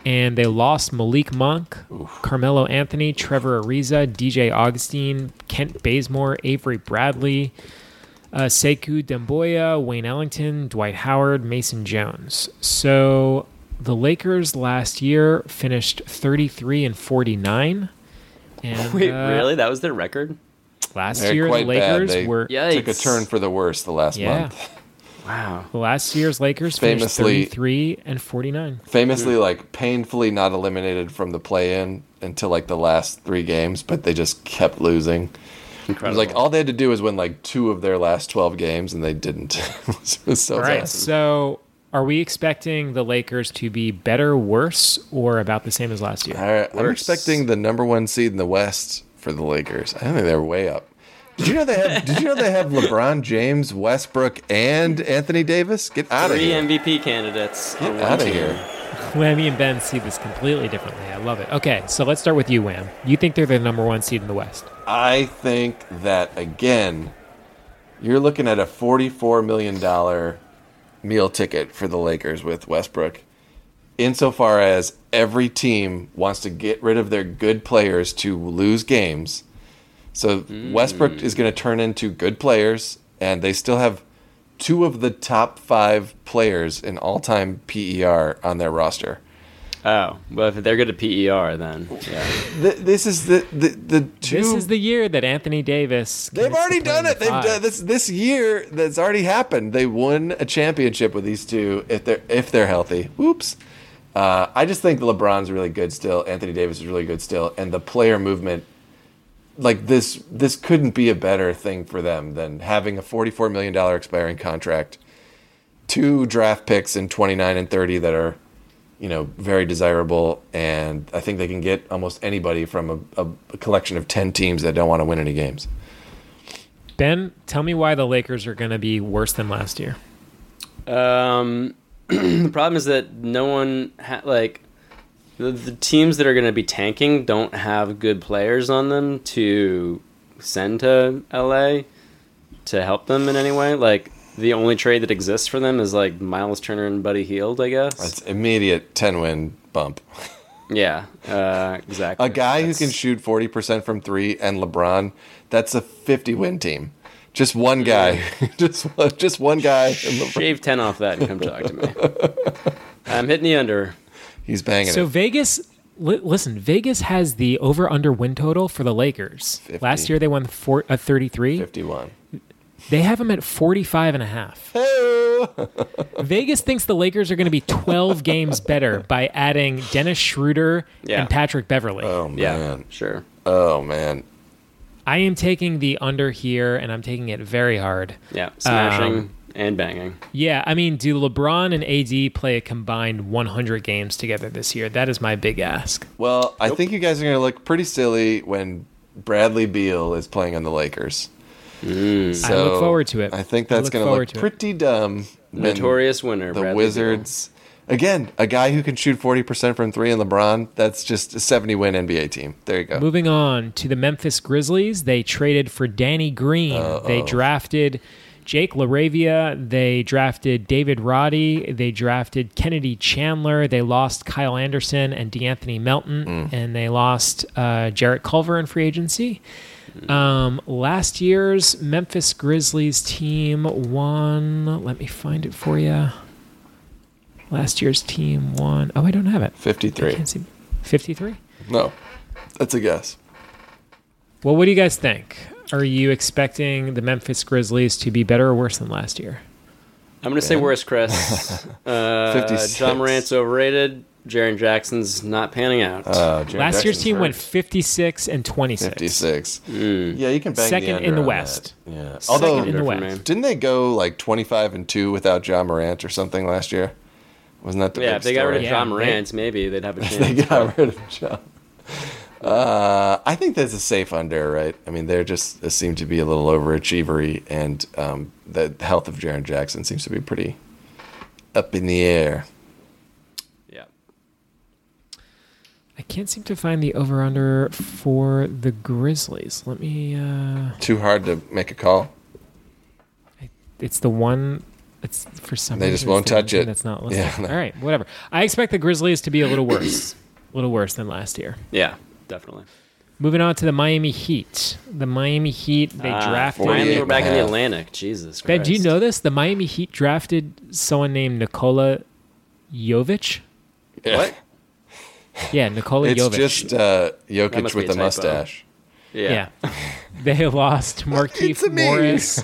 And they lost Malik Monk, Carmelo Anthony, Trevor Ariza, DJ Augustine, Kent Bazemore, Avery Bradley, uh, Sekou Demboya, Wayne Ellington, Dwight Howard, Mason Jones. So the Lakers last year finished 33 and 49. And Wait, uh, really? That was their record? Last They're year the quite bad. Lakers They- were Yikes. Took a turn for the worse the last Yeah. month. Wow. the last year's Lakers Famously- finished 33 and 49. Famously, like, painfully not eliminated from the play in until, like, the last three games, but they just kept losing. It was Incredible. like all they had to do was win, like, two of their last 12 games, and they didn't. it was so All right. sad. So are we expecting the Lakers to be better, worse, or about the same as last year? All right, I'm Worse. expecting the number one seed in the West for the Lakers. I think they're way up. Did you know they have? did you know they have LeBron James, Westbrook, and Anthony Davis? Get out of Three here! MVP candidates. Get on one out of team. here! Whammy and Ben see this completely differently. I love it. Okay, so let's start with you, Wham. You think they're the number one seed in the West? I think that again, you're looking at a forty-four million dollar meal ticket for the Lakers with Westbrook. Insofar as every team wants to get rid of their good players to lose games, so Westbrook is going to turn into good players, and they still have two of the top five players in all-time PER on their roster. Oh, well, if they're good at PER, then. Yeah. Th- this is the the, the two. This is the year that Anthony Davis. They've commits to already playing done the it. They've five. done this this year. That's already happened. They won a championship with these two if they're if they're healthy. Whoops. Uh, I just think LeBron's really good still. Anthony Davis is really good still, and the player movement, like this, this couldn't be a better thing for them than having a forty-four million dollar expiring contract, two draft picks in twenty-nine and thirty that are, you know, very desirable, and I think they can get almost anybody from a, a collection of ten teams that don't want to win any games. Ben, tell me why the Lakers are going to be worse than last year. Um, the problem is that no one ha- like the, the teams that are going to be tanking don't have good players on them to send to LA to help them in any way. Like the only trade that exists for them is like Miles Turner and Buddy Heald, I guess. That's immediate 10 win bump. yeah, uh, exactly. A guy who can That's- shoot 40% from three and LeBron, that's a 50 win team. Just one guy. just, one- just one guy. And LeBron, shave ten off that and come talk to me. I'm hitting the under. he's banging So it. Vegas, li- listen, Vegas has the over/under win total for the Lakers. Last year they won four, uh, 33. 51. They have them at 45 and a half. Hey! Vegas thinks the Lakers are going to be 12 games better by adding Dennis Schroeder Yeah. and Patrick Beverly. Oh Yeah, man. sure. Oh man. I am taking the under here, and I'm taking it very hard. Yeah, smashing and banging. Yeah, I mean, do LeBron and AD play a combined 100 games together this year? That is my big ask. Well, I think you guys are going to look pretty silly when Bradley Beal is playing on the Lakers. I look forward to it. I think I that's look going to forward look to it. pretty dumb. when Notorious winner. The Bradley Beal. Wizards. Again, a guy who can shoot 40% from three and LeBron, that's just a 70 win NBA team. There you go. Moving on to the Memphis Grizzlies, they traded for Danny Green. They drafted Jake Laravia. They drafted David Roddy. They drafted Kennedy Chandler. They lost Kyle Anderson and DeAnthony Melton, and they lost uh, Jarrett Culver in free agency. Um, last year's Memphis Grizzlies team won. Let me find it for you. Last year's team won. Oh, I don't have it. 53. Can't see. Fifty-three. No, that's a guess. Well, what do you guys think? Are you expecting the Memphis Grizzlies to be better or worse than last year? I'm gonna say worse, Chris. uh, 56. John Morant's overrated. Jaron Jackson's not panning out. Uh, Jaren last year's Jackson's team went hurt. 56 and 26. 56. Hmm. Yeah, you can bang Second in under the on West. that. Yeah. Second Although in the West. Didn't they go like 25 and 2 without John Morant or something last year? Wasn't that the yeah, big if they got rid of story? Yeah, John they- Morant, maybe they'd have a They chance. got rid of John. Uh, I think that's a safe under, right? I mean, they're just they seem to be a little overachievery, and um, the health of Jaron Jackson seems to be pretty up in the air. yeah. I can't seem to find the over under for the Grizzlies. Let me. Uh, Too hard to make a call. it's the one. It's for some. They reason, just it's won't the one touch team it. That's not listed. Yeah, no. All right, whatever. I expect the Grizzlies to be a little worse, a little worse than last year. Yeah, definitely. Moving on to the Miami Heat. The Miami Heat. They Ah, drafted. Finally, 48 we're back in and a the half. Atlantic. Jesus Christ. Ben, do you know this? The Miami Heat drafted someone named Nikola Jovic. What? Yeah, Nikola It's Jovic. just uh, That Jokic must be with a a typo. mustache. Yeah. yeah. they lost Markeith It's-a me. Morris.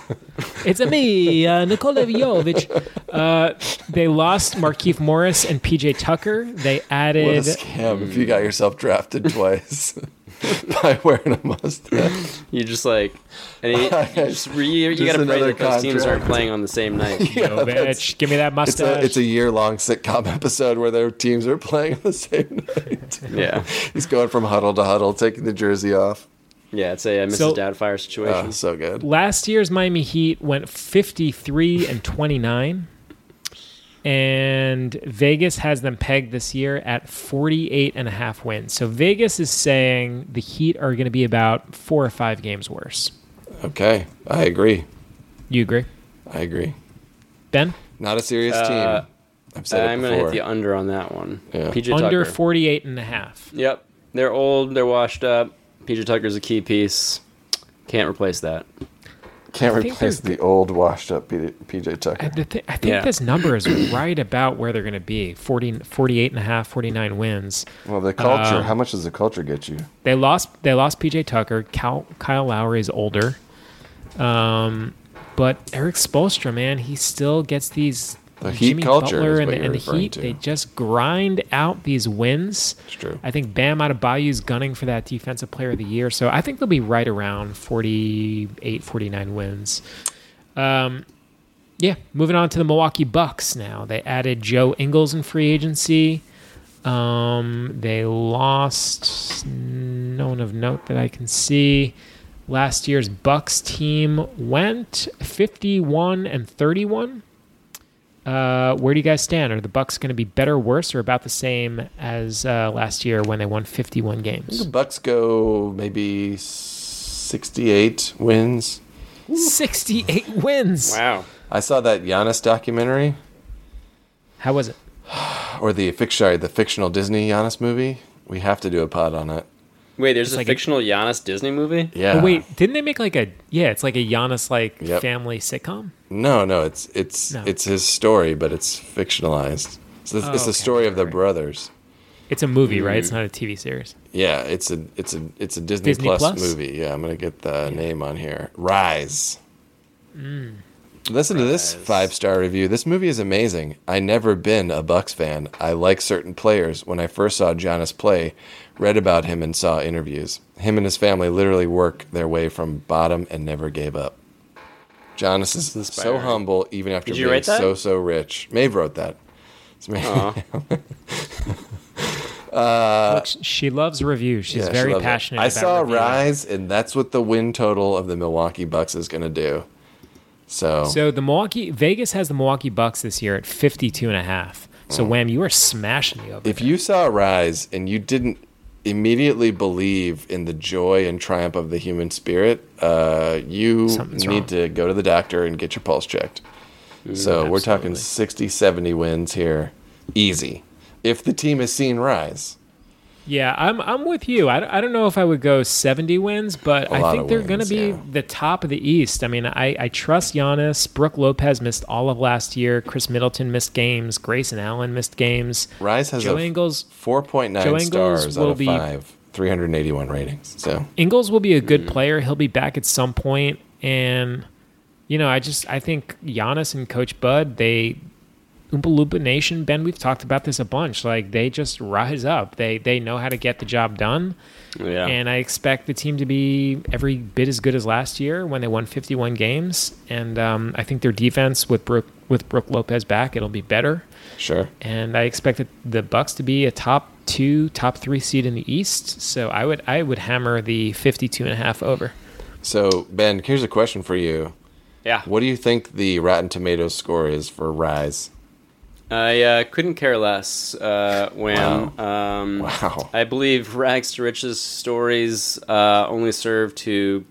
it's a me, uh, Nikola Jovic. Uh, they lost Markeith Morris and PJ Tucker. They What a added scam! If you got yourself drafted twice by wearing a mustache, You just like, and you, you just re- you Just gotta pray another that those teams aren't contract. playing on the same night. Jovic. give me that it's a mustache. it's a year long sitcom episode where their teams are playing on the same night. yeah, He's going from huddle to huddle, taking the jersey off. yeah, it's a, uh Mrs. So- Doubtfire situation. Oh, so good. last year's Miami Heat went 53 and 29. And Vegas has them pegged this year at 48 and a half wins. So Vegas is saying the Heat are going to be about four or five games worse. Okay, I agree. You agree? I agree. Ben? Not a serious Uh, team. I've said I'm it gonna before. hit the under on that one. Yeah. PJ Under Tucker. 48 and a half. Yep, they're old. They're washed up. PJ Tucker's a key piece. Can't replace that. Can't I think replace the old, washed-up PJ I, Tucker. the thi- I think Yeah. this number is right about where they're going to be 40, 48 and a half, 49 wins. Well, the culture. Uh, how much does the culture get you? They lost. They lost PJ Tucker. Kyle, Kyle Lowry is older, um, but Eric Spolstra, man, he still gets these. The Heat culture is and what the, you're and the referring Heat, to. they just grind out these wins. It's true. I think Bam Adebayo's gunning for that Defensive Player of the Year, so I think they'll be right around 48, 49 wins. Um, yeah, moving on to the Milwaukee Bucks now. They added Joe Ingles in free agency. Um, they lost no one of note that I can see. Last year's Bucks team went 51 and 31. Uh, where do you guys stand? Are the Bucks going to be better, worse, or about the same as uh, last year when they won 51 games? Bucks go maybe sixty-eight wins. 68 wins. Wow. I saw that Giannis documentary How was it? or the fiction, the fictional Disney Giannis movie. We have to do a pod on it. Wait, there's a like a- fictional Giannis Disney movie. Yeah. Oh, wait, didn't they make like a yeah? It's like a Giannis like Yep. family sitcom. No, no, it's it's No. it's his story, but it's fictionalized. It's the, Oh, it's okay, the story of right, the right. brothers. It's a movie, right? Mm-hmm. It's not a TV series. Yeah, it's a it's a it's a Disney, Disney Plus, Plus? movie. Yeah, I'm gonna get the name on here. Mm. Rise. Listen to this five star review. This movie is amazing. I never been a Bucks fan. I like certain players. When I first saw Giannis play, read about him and saw interviews. Him and his family literally work their way from bottom and never gave up. Giannis is so inspiring. humble even after Did you being write that? so so rich. Maeve wrote that. It's Maeve. Oh, Look, sh- she loves reviews. She's Uh, Yeah, she very loved it. passionate. I about saw a reviews. rise, and that's what the win total of the Milwaukee Bucks is going to do. So, So the Milwaukee Vegas has the Milwaukee Bucks this year at 52 and a half. So Wham, you are smashing the over. Mm. if you saw a rise and you didn't immediately believe in the joy and triumph of the human spirit, uh, you Something's need wrong. to go to the doctor and get your pulse checked. so we're talking 60, 70 wins here, easy. If the team has seen rise, yeah, I'm I'm with you. I, don't- I don't know if I would go 70 wins, but lot I think of they're going to wins, be yeah. the top of the East. I mean, I, I trust Giannis. Brooke Lopez missed all of last year. Chris Middleton missed games. Grayson Allen missed games. rise has Joe a Ingles four point Joe nine Ingles stars out will of be- five, three hundred eighty one ratings. So Ingles will be a good player. He'll be back at some point, and you know, I just I think Giannis and Coach Bud, they Oompa Loompa Nation, Ben, we've talked about this a bunch. Like they just rise up. They they know how to get the job done, Yeah. and I expect the team to be every bit as good as last year when they won 51 games. And um, I think their defense with Brooke with Brooke Lopez back, it'll be better sure. and I expect that the Bucks to be a top two, top three seed in the East. So I would I would hammer the 52 and a half over. So Ben, here's a question for you. yeah. What do you think the Rotten Tomatoes score is for Rise? I uh, couldn't care less. Uh, when um, Wow. I believe rags to riches stories uh, only serve to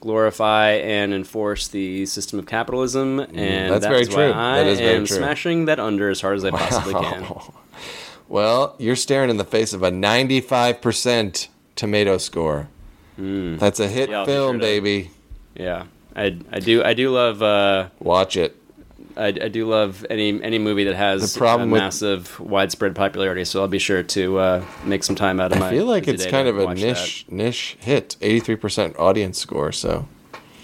glorify and enforce the system of capitalism, and that's that very is true. Why I That is very am true. smashing that under as hard as I possibly can. Well, you're staring in the face of a 95% tomato score. That's a hit Mm. Yeah, I'll be film, sure to- baby. Yeah, I, I do I do love uh, Watch it. I, I do love any any movie that has The problem a with- massive widespread popularity. So I'll be sure to uh, make some time out of my. I feel like busy it's day kind to of a watch niche niche hit. 83% audience score, so.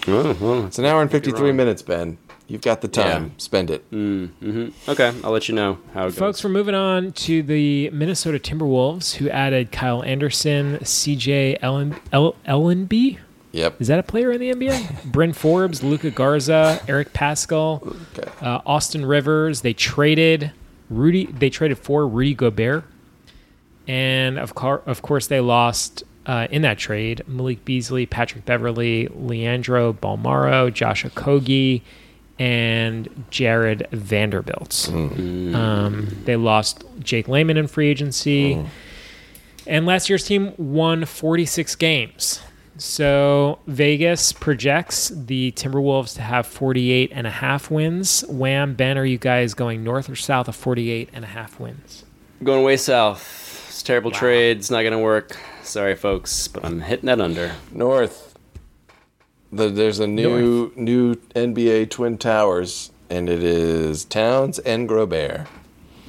Mm-hmm. it's an hour and 53 minutes, Ben. You've got the time. Yeah. Mm. Spend it. that. Okay, I'll let you know how it Folks, we're moving on to the Minnesota Timberwolves, who added Kyle Anderson, CJ Ellen, El, Ellenby. Yep. Is that a player in the NBA? Bryn Forbes, Luca Garza, Eric Pascal, Okay. uh, Austin Rivers. They traded Rudy. They traded for Rudy Gobert, and of, car, of course they lost uh, in that trade Malik Beasley, Patrick Beverly, Leandro Balmaro, Josh Okogie, and Jared Vanderbilt. Um, they lost Jake Lehman in free agency. And last year's team won 46 games. So Vegas projects the Timberwolves to have 48 and a half wins. Wham, Ben, are you guys going north or south of 48 and a half wins? Going way south. It's a terrible trade. It's not going to work. Sorry, folks, but I'm hitting that under. North. The, there's a new new NBA Twin Towers, and it is Towns and Grobert.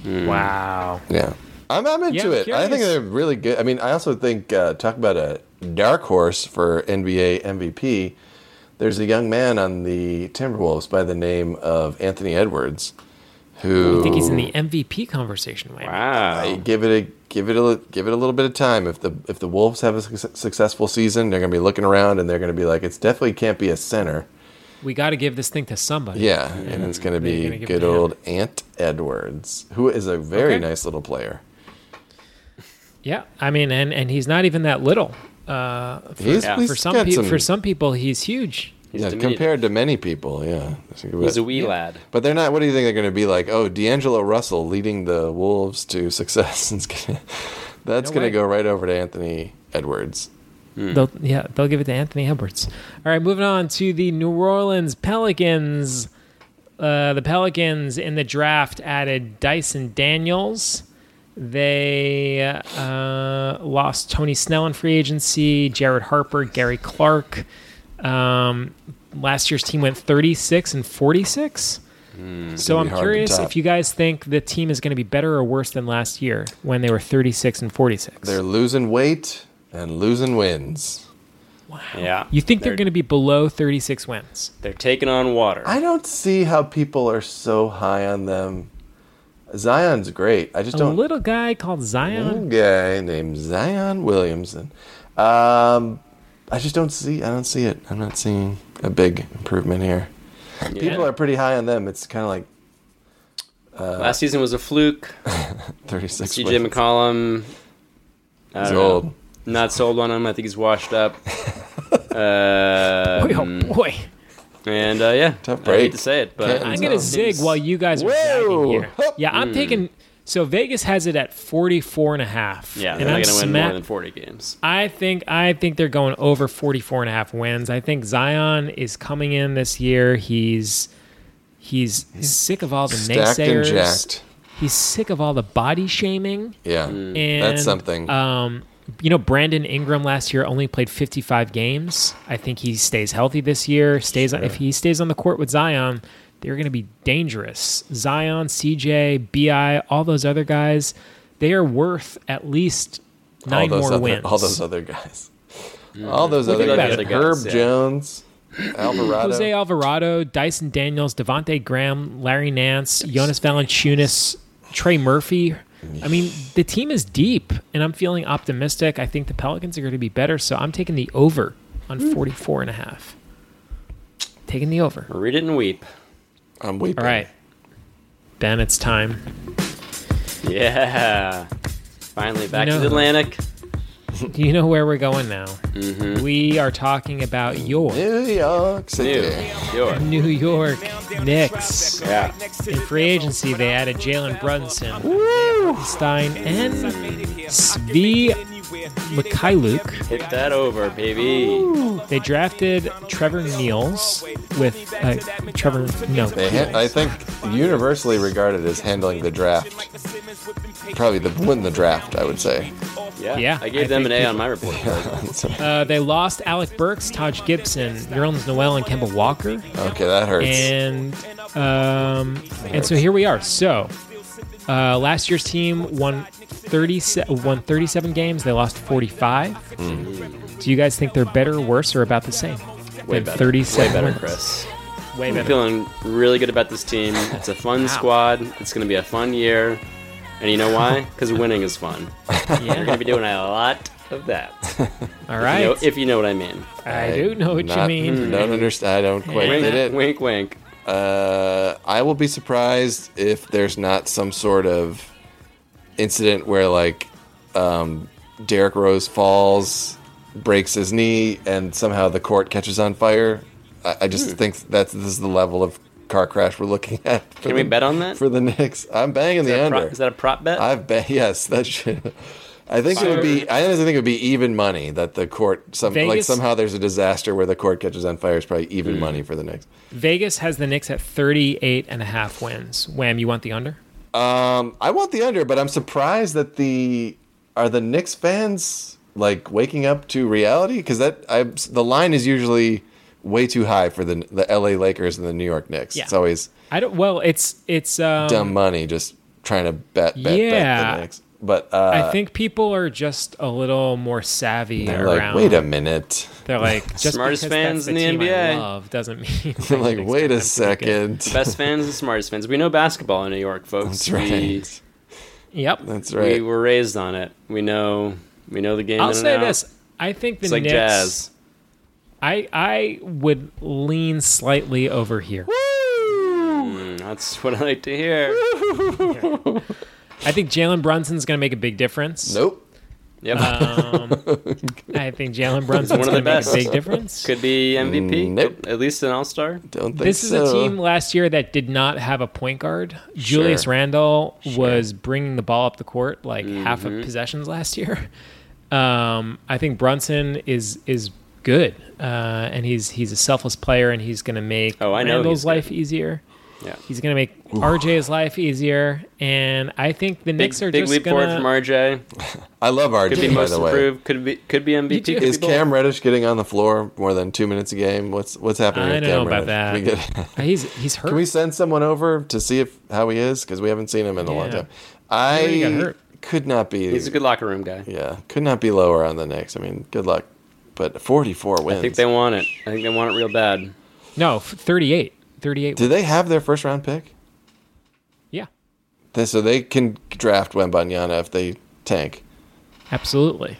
Wow. Yeah, I'm, I'm Yeah, into I'm it. I think curious. they're really good. I mean, I also think uh, talk about a dark horse for NBA MVP. There's a young man on the Timberwolves by the name of Anthony Edwards, who I Oh, think he's in the MVP conversation, Wham. Wow. I give it a give it a li- give it a little bit of time. If the if the Wolves have a suc- successful season, they're going to be looking around and they're going to be like, it's definitely can't be a center. We got to give this thing to somebody. Yeah, and it's going to They're gonna be give it good to him. old Ant Edwards, who is a very Okay. nice little player. Yeah. I mean, and, and he's not even that little. Uh, He's, yeah, he's for some, got pe- some- for some people, he's huge. He's yeah, diminutive. compared to many people, yeah. He's a wee lad. But they're not. What do you think they're going to be like? Oh, D'Angelo Russell leading the Wolves to success. It's gonna, that's No going way. to go right over to Anthony Edwards. Mm. They'll yeah, they'll give it to Anthony Edwards. All right, moving on to the New Orleans Pelicans. Uh, the Pelicans in the draft added Dyson Daniels. They uh, lost Tony Snell in free agency, Jared Harper, Gary Clark. Um, last year's team went 36 and 46. so Mm, gonna I'm be hard to curious top. if you guys think the team is going to be better or worse than last year when they were 36 and 46. They're losing weight and losing wins. Yeah. You think they're, going to be below 36 wins? They're taking on water. I don't see how people are so high on them. Zion's great. I just A don't. little guy called Zion. Some guy named Zion Williamson. Um, I just don't see. I don't see it. I'm not seeing a big improvement here. People are uh, pretty high on them. It's kind of like Last season was a fluke. 36. CJ wins. McCollum. I He's don't know. old. Not sold on him. I think he's washed up. uh, Boy, oh boy. and uh, yeah, Tough I break. hate to say it, but Can't- I'm Sounds gonna nice. zig while you guys are Whoa! zagging here. Hup. Yeah, I'm taking. So Vegas has it at 44 and a half. yeah, and they're I'm not gonna win more smack- than forty games. I think I think they're going over 44 and a half wins. I think Zion is coming in this year. He's he's, sick of all the stacked and naysayers. jacked. He's sick of all the body shaming. Yeah, Mm. And that's something. Um, you know, Brandon Ingram last year only played 55 games. I think he stays healthy this year. Stays on, if he stays on the court with Zion, they're going to be dangerous. Zion, CJ, Bi, all those other guys, they are worth at least nine all those more other, wins. All those other guys. All those other at guys. the other guys, Herb yeah. Jones, Alvarado. Jose Alvarado, Dyson Daniels, Devontae Graham, Larry Nance, Jonas Valanciunas, Trey Murphy. I mean, the team is deep, and I'm feeling optimistic. I think the Pelicans are going to be better, so I'm taking the over on 44 and a half. Taking the over. Read it and weep. I'm weeping. All right. Ben, it's time. Yeah. Finally back to No. the Atlantic. Do you know where we're going now? We are talking about your New York City. New York. New York Knicks. Yeah. In free agency, they added Jalen Brunson, Woo! Stein, and Svi Mikhailuk. Hit that over, baby. They drafted Trevor Niels with uh, Trevor. No, They ha- I think universally regarded as handling the draft. Probably the win the draft, I would say. Yeah. Yeah, I gave I them an think A people- on my report. uh, they lost Alec Burks, Taj Gibson, Nerlens Noel, and Kemba Walker. Okay, that hurts. and um, and so here we are. So uh, last year's team won 30, se- won 37 games. They lost 45. Do you guys think they're better, worse, or about the same? Hmm. Way Than better. 37 Way better, wins. Chris. Way I'm better. feeling really good about this team. It's a fun squad. It's going to be a fun year. And you know why? Because winning is fun. We're Yeah. going to be doing a lot of that. All You right. know, if you know what I mean. I do know what Not- Mm. you mean. Don't understand. I don't quite Wink, get it. wink, wink. Uh, I will be surprised if there's not some sort of incident where like um, Derek Rose falls, breaks his knee, and somehow the court catches on fire. I, I just think that's this is the level of car crash we're looking at. for Can we the- bet on that? for the Knicks? I'm banging Is the that, a under. prop, is that a prop bet? I've bet yes. That should. I think it would be. I honestly think it would be even money that the court some like Vegas- somehow there's a disaster where the court catches on fire. It's probably even Hmm. money for the Knicks. Vegas has the Knicks at 38 and a half wins. Wham, you want the under? Um, I want the under, but I'm surprised that the are the Knicks fans like waking up to reality because that I the line is usually way too high for the the L.A. Lakers and the New York Knicks. Yeah. It's always I don't. Well, it's it's um, dumb money just trying to bet bet bet Yeah. the Knicks. But uh, I think people are just a little more savvy they're around. like, wait a minute. They're like just Smartest because fans that's in the team I NBA. love doesn't mean I'm like, wait a That's pretty good. second. Best fans and smartest fans. We know basketball in New York, folks. That's We, right. Yep. That's we right. were raised on it. We know. We know the game. in I'll and say out. this: I think the It's like Knicks. jazz. I I would lean slightly over here. Mm, that's what I like to hear. I think Jalen Brunson's going to make a big difference. Nope. Yep. Uh, I think Jalen Brunson's One of the going to make best. a big difference. Could be MVP. Mm, Nope. At least an All Star. Don't think this is so. a team last year that did not have a point guard. Julius Randle was bringing the ball up the court like half Mm-hmm. of possessions last year. Um, I think Brunson is is good, uh, and he's he's a selfless player, and he's going to make Oh, I know Randle's he's good. life easier. Yeah. He's going to make RJ's life easier, and I think the Big, Knicks are big just leap going forward from RJ. I love Could be RJ, by most the way. improved. Could be could be MVP. do. Could Is be both. Cam Reddish getting on the floor more than two minutes a game? What's what's happening I with don't know Cam about Reddish? that. Uh, We get- He's he's hurt. can we send someone over to see if how he is? Because we haven't seen him in a long Yeah. time. already got I hurt. could not be. He's a good locker room guy. yeah, could not be lower on the Knicks. I mean, good luck. but 44 wins. I think they want it. I think they want it real bad. No, f- 38. 38. Do they have their first round pick? Yeah, They- So they can draft Wembanyama if they tank. absolutely.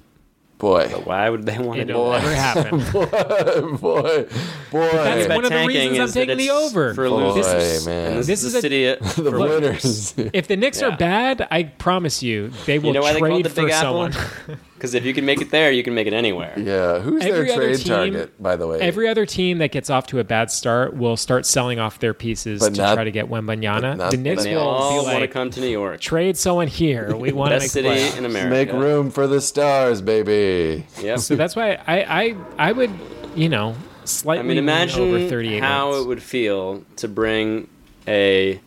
Boy, Why would they want to do It'll that? never happen. boy, boy. That's one of the Tanking reasons I'm is that taking the it's over. for Boy, losers. This is- man. And this, This is, is the a- city. the for- winners. If the Knicks Yeah. are bad, I promise you they will know why they call it trade the Big for Apple? someone. Because if you can make it there, you can make it anywhere. yeah, who's Every their other trade team- target, by the way? Every other team that gets off to a bad start will start selling off their pieces But to not- try to get but Wembanyama. not The And Knicks they This will all be want to like, come to New York. trade someone here. We want to make Best city playoffs. in America. Make room for the stars, baby. Yep. So that's why I, I I would you know slightly I mean, over imagine 38 how wins. it would feel to bring a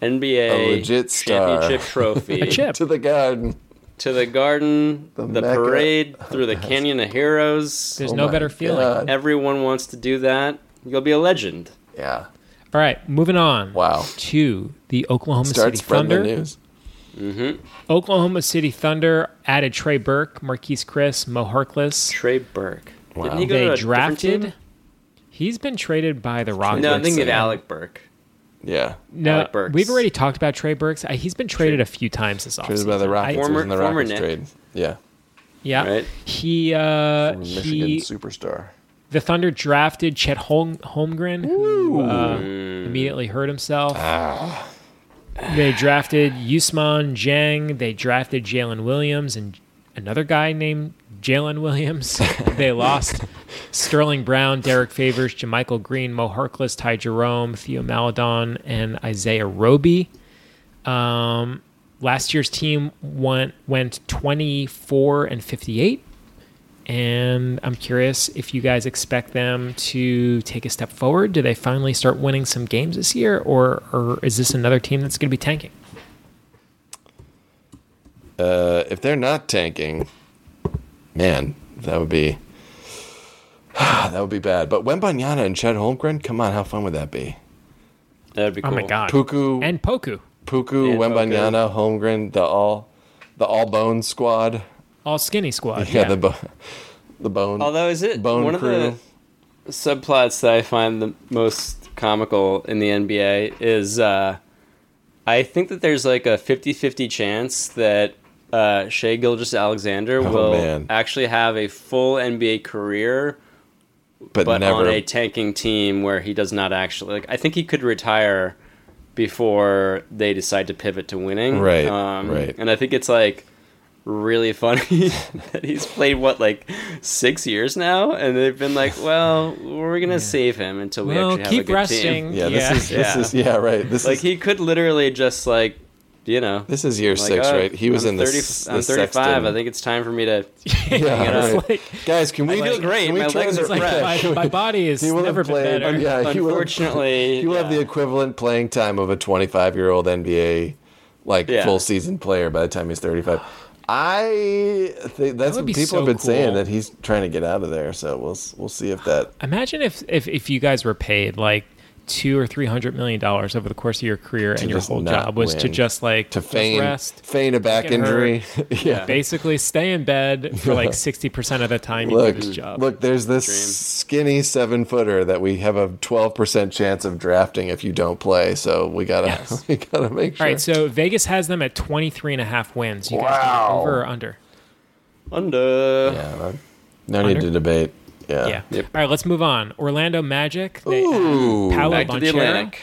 NBA A legit star. championship trophy a chip. To the garden. to the garden, the, Mecca parade through the Canyon of Heroes. There's Oh no my better feeling. God. Everyone wants to do that. You'll be a legend. Yeah. All right, moving on. Wow. To the Oklahoma Start City spreading the Thunder. news. Oklahoma City Thunder added Trey Burke, Marquise Chris, Mo Harkless. Trey Burke. Didn't he go to They a different drafted. team? He's been traded by the Rockets. No, I'm thinking of so. Alec Burke. Yeah. No, Alec Burks. we've already talked about Trey Burks. I, he's been traded a few times this offseason. Traded by the Rockets. I- It was Former- in the former Rockets Nick. trade. Yeah. yeah, right? he uh, Former Michigan he superstar. the Thunder drafted Chet Holm- Holmgren, who uh, immediately hurt himself. They drafted Usman Jang. They drafted Jalen Williams and another guy named Jalen Williams. they lost Sterling Brown, Derek Favors, Jamichael Green, Mo Harkless, Ty Jerome, Theo Maladon, and Isaiah Roby. Um, last year's team went went 24 and 58 and I'm curious if you guys expect them to take a step forward. Do they finally start winning some games this year, or or is this another team that's going to be tanking? Uh, if they're not tanking, man, that would be that would be bad. But Wembanyama and Chet Holmgren, come on, how fun would that be? That'd be Oh cool. my god, Puku and Poku, Puku, And Wembanyama, Holmgren, the all the all bone squad. all skinny squad. Yeah, the bo- the bone. Although, is it Bone one crew. of the subplots that I find the most comical in the NBA is uh, I think that there's like a 50 50 chance that uh, Shea Gilgis Alexander Oh, will man. actually have a full NBA career, but, but never on a tanking team where he does not actually. Like, I think he could retire before they decide to pivot to winning. Um, Right, right. And I think it's like really funny that he's played what like six years now, and they've been like, "Well, we're gonna save him until we Well, actually have a keep good resting. team." Yeah, this Yeah. is this Yeah. is yeah, right. This Like is he could literally just like, you know, this is year like, 6, "Oh, right? He was I'm in the 30 s- the I'm 35. I Sexton. think it's time for me to. Yeah, It's right. like, Guys, can we feel like, great. Can we My try legs and are like fresh. refresh? my, my body has He will never have played. been better. Yeah, he will have- Unfortunately, He will have yeah. the equivalent playing time of a 25 year old NBA, like Yeah. full season player by the time he's 35. I think that's would what be people so have been saying cool. that he's trying to get out of there. So we'll s- we'll see if that. Imagine if, if if you guys were paid like two or three hundred million dollars over the course of your career, and your just whole not job was to win. just like To just feign rest. feign a back get injury. yeah. Basically, stay in bed for like sixty percent of the time you Look, do this job. look. There's this skinny seven footer that we have a 12 percent chance of drafting if you don't play. So we gotta Yes. we gotta make All sure. right, so Vegas has them at 23 and a half wins. You guys Wow. think over or under? under. yeah, no, no need Under? to debate. Yeah. Yeah. All right, let's move on. Orlando Magic. They Ooh. added Paolo Back to the Banchero. Atlantic.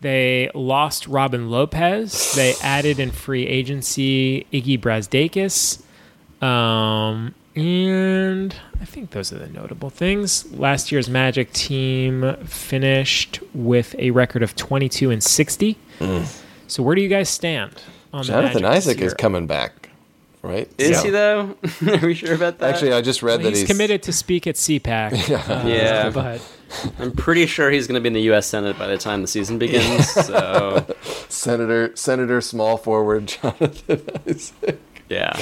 They lost Robin Lopez. They added in free agency Iggy Brazdakis. Um, and I think those are the notable things. Last year's Magic team finished with a record of 22 and 60. So where do you guys stand on the Mm. Magic Jonathan this Isaac is year? coming back, right? Is So- he though? Are we sure about that? Actually, I just read Well, that he's he's committed to speak at CPAC. uh, Yeah. but I'm pretty sure he's going to be in the U.S. Senate by the time the season begins. So Senator Senator Small Forward Jonathan Isaac. yeah,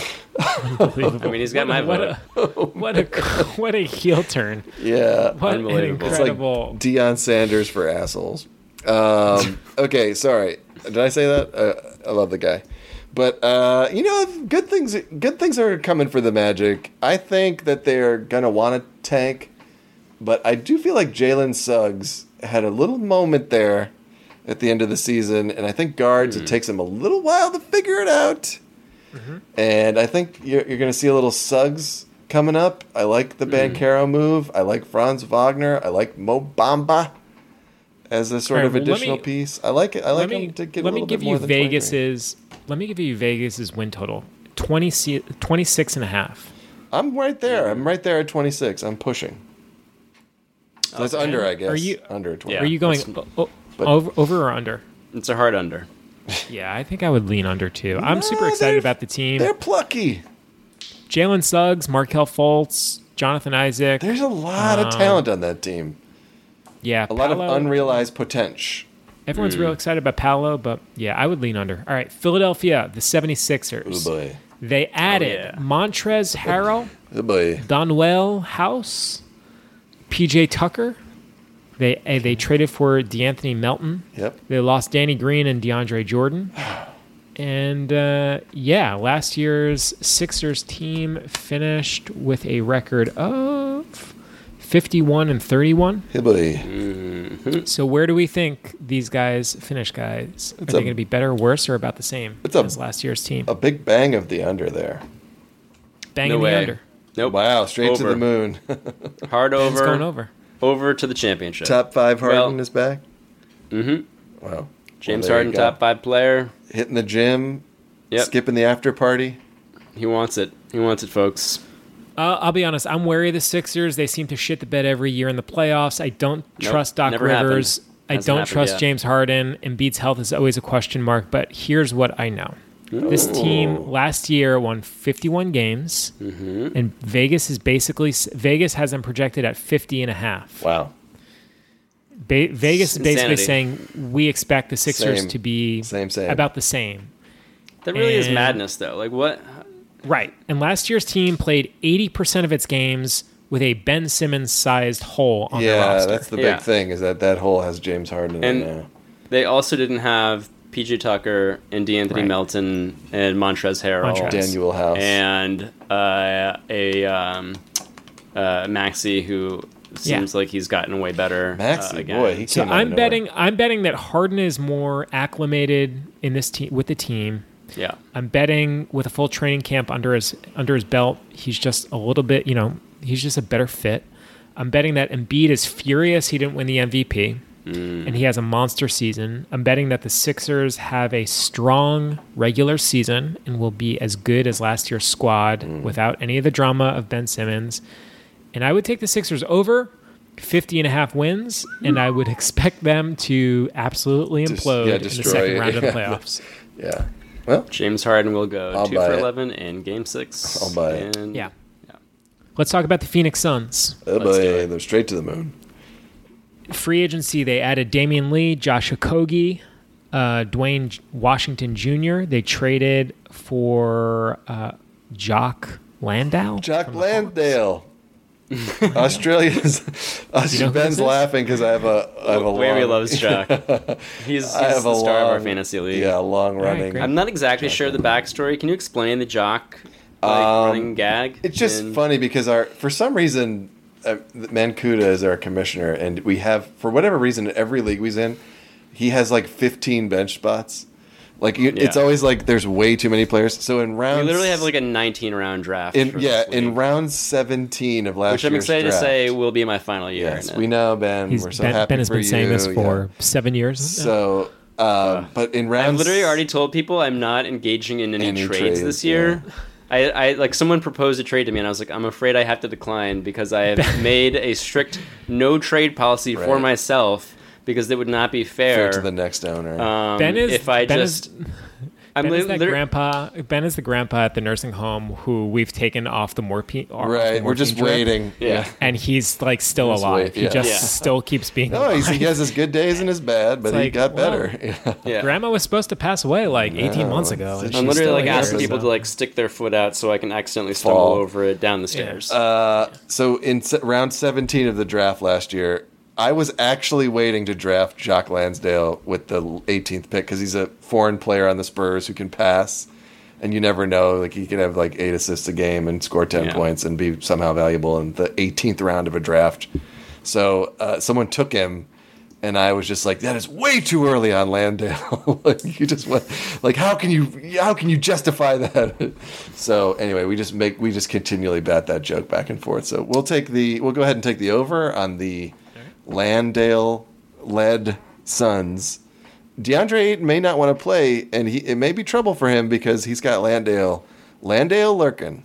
unbelievable. I mean he's got my what vote. a what a what a heel turn! Yeah, What an Unbelievable. It's it's like incredible! Deion Sanders for assholes. Um, okay, sorry, did I say that? Uh, I love the guy, But uh, you know, good things good things are coming for the Magic. I think that they're gonna want to tank, but I do feel like Jalen Suggs had a little moment there at the end of the season, and I think guards Hmm. it takes them a little while to figure it out. Mm-hmm. And I think you're, you're gonna see a little Suggs coming up. I like Hmm. the Bancaro move. I like Franz Wagner. I like Mo Bamba as a sort All right, of well, let additional me- piece. I like it. I like let me, him to get let a me little give bit more you than 23. Vegas's. Let me give you Vegas's win total 20, se- 26 and a half. I'm right there. I'm right there at 26. I'm pushing. So That's under, I guess. Are you- under 20? Are you going that's- o- over, over or under? It's a hard under. Yeah, I think I would lean under too. I'm super No, excited they're- about the team. They're plucky. Jalen Suggs, Markel Fultz, Jonathan Isaac. There's a lot Uh, of talent on that team. yeah, A lot Paolo- of unrealized potential. Everyone's Mm. real excited about Paolo, but yeah, I would lean under. All right, Philadelphia, the 76ers. Oh boy. They added yeah. Montrez Harrell, Oh boy. Donwell House, PJ Tucker. They eh, they traded for DeAnthony Melton. Yep. They lost Danny Green and DeAndre Jordan. And uh, yeah, last year's Sixers team finished with a record of 51 and 31. Oh Mm-hmm. boy. So where do we think these guys finish, guys? Are they a- going to be better, worse, or about the same It's a- as last year's team? A big bang of the under there. Bang no in way. the under. Nope. Wow, straight to the Over. moon. Hard It's over. going over. Over to the championship. Top five Harden Well- is back. Mhm. Wow. Well, James there you Harden, go. top five player. Hitting the gym, Yep. skipping the after party. He wants it. He wants it, folks. Uh, I'll be honest. I'm wary of the Sixers. They seem to shit the bed every year in the playoffs. I don't Nope, trust Doc never happened. Rivers. I Hasn't don't happened trust yet. James Harden. Embiid's health is always a question mark. But here's what I know: this team last year won 51 games, Mm-hmm. and Vegas is basically Vegas has them projected at 50 and a half. Wow. Ba- Vegas is basically Insanity. saying we expect the Sixers Same. to be Same, same. about the same. That really is And- madness, though. Like what? Right. And last year's team played 80% of its games with a Ben Simmons sized hole on their Yeah, roster. that's the Yeah. big thing is that that hole has James Harden in it And- now. They also didn't have PJ Tucker and DeAnthony Right. Melton and Montrez Harrell Montrez. Daniel House. and uh, a um, uh, Maxi who seems Yeah. like he's gotten way better. Maxi, uh, again. boy, he so came out of I'm nowhere. betting I'm betting that Harden is more acclimated in this team with the team. yeah, I'm betting with a full training camp under his under his belt, he's just a little bit, you know, he's just a better fit. I'm betting that Embiid is furious he didn't win the MVP Hmm. and he has a monster season. I'm betting that the Sixers have a strong regular season and will be as good as last year's squad Hmm. without any of the drama of Ben Simmons. And I would take the Sixers over 50 and a half wins and I would expect them to absolutely Just- implode yeah, in the destroy second it. round of the Yeah. playoffs. Yeah. Well, James Harden will go I'll two buy for it. eleven in Game Six. I'll buy it. And- Yeah. Let's talk about the Phoenix Suns. oh Let's do boy, it. they're straight to the moon. Free agency, they added Damian Lee, Josh Okogie, uh, Dwayne J- Washington Jr. They traded for uh, Jock Landau. Jock from the Landale. Australia's know who this Ben's is? laughing because I have a I have a Wavy long, loves Chuck. he's he's I have the a star of our long- fantasy league. Yeah, long right, running. great. I'm not exactly sure the backstory. Can you explain the jock like, Um, running gag? It's just And- funny because our for some reason uh, Mancuda is our commissioner, and we have for whatever reason in every league he's in, he has like 15 bench spots. Like you, it's Yeah. always like there's way too many players. So in round We literally have like a 19 round draft. in for yeah this in league, round 17 of last which I'm year's excited draft. to say will be my final year. Yes, in it. we know Ben. He's, We're so ben, happy ben has for been saying this you. for Yeah. seven years. now. So, um, but in round I've literally already told people I'm not engaging in any, Any trades, trades, this year. I, I like someone proposed a trade to me, and I was like, I'm afraid I have to decline because I have made a strict no trade policy for Right. myself because it would not be fair fair. to the next owner. um, Uh, Ben is- if I Ben is- just I'm ben li- is that liter- grandpa. Ben is the grandpa at the nursing home who we've taken off the morphine. off the right, we're morphine just drip, waiting. yeah. and he's like still Just alive. wait, He yeah. just Yeah. still keeps being. No, he's, alive. Oh, he has his good days and his bad, but It's he like, got well, better. Yeah. yeah. Grandma was supposed to pass away like 18 months it's- ago. and it's- she's I'm literally still like here, asking people so- to like stick their foot out so I can accidentally stumble Fall. over it down the stairs. Uh, so in se- round 17 of the draft last year, I was actually waiting to draft Jock Lansdale with the 18th pick because he's a foreign player on the Spurs who can pass. and you never know. Like he could have like eight assists a game and score ten Yeah. points and be somehow valuable in the 18th round of a draft. So uh, someone took him, and I was just like, that is way too early on Landale. like you just went, like how can you how can you justify that? so anyway, we just make we just continually bat that joke back and forth. So we'll take the we'll go ahead and take the over on the Landale led Suns. DeAndre Ayton may not want to play, and he it may be trouble for him because he's got Landale, Landale lurking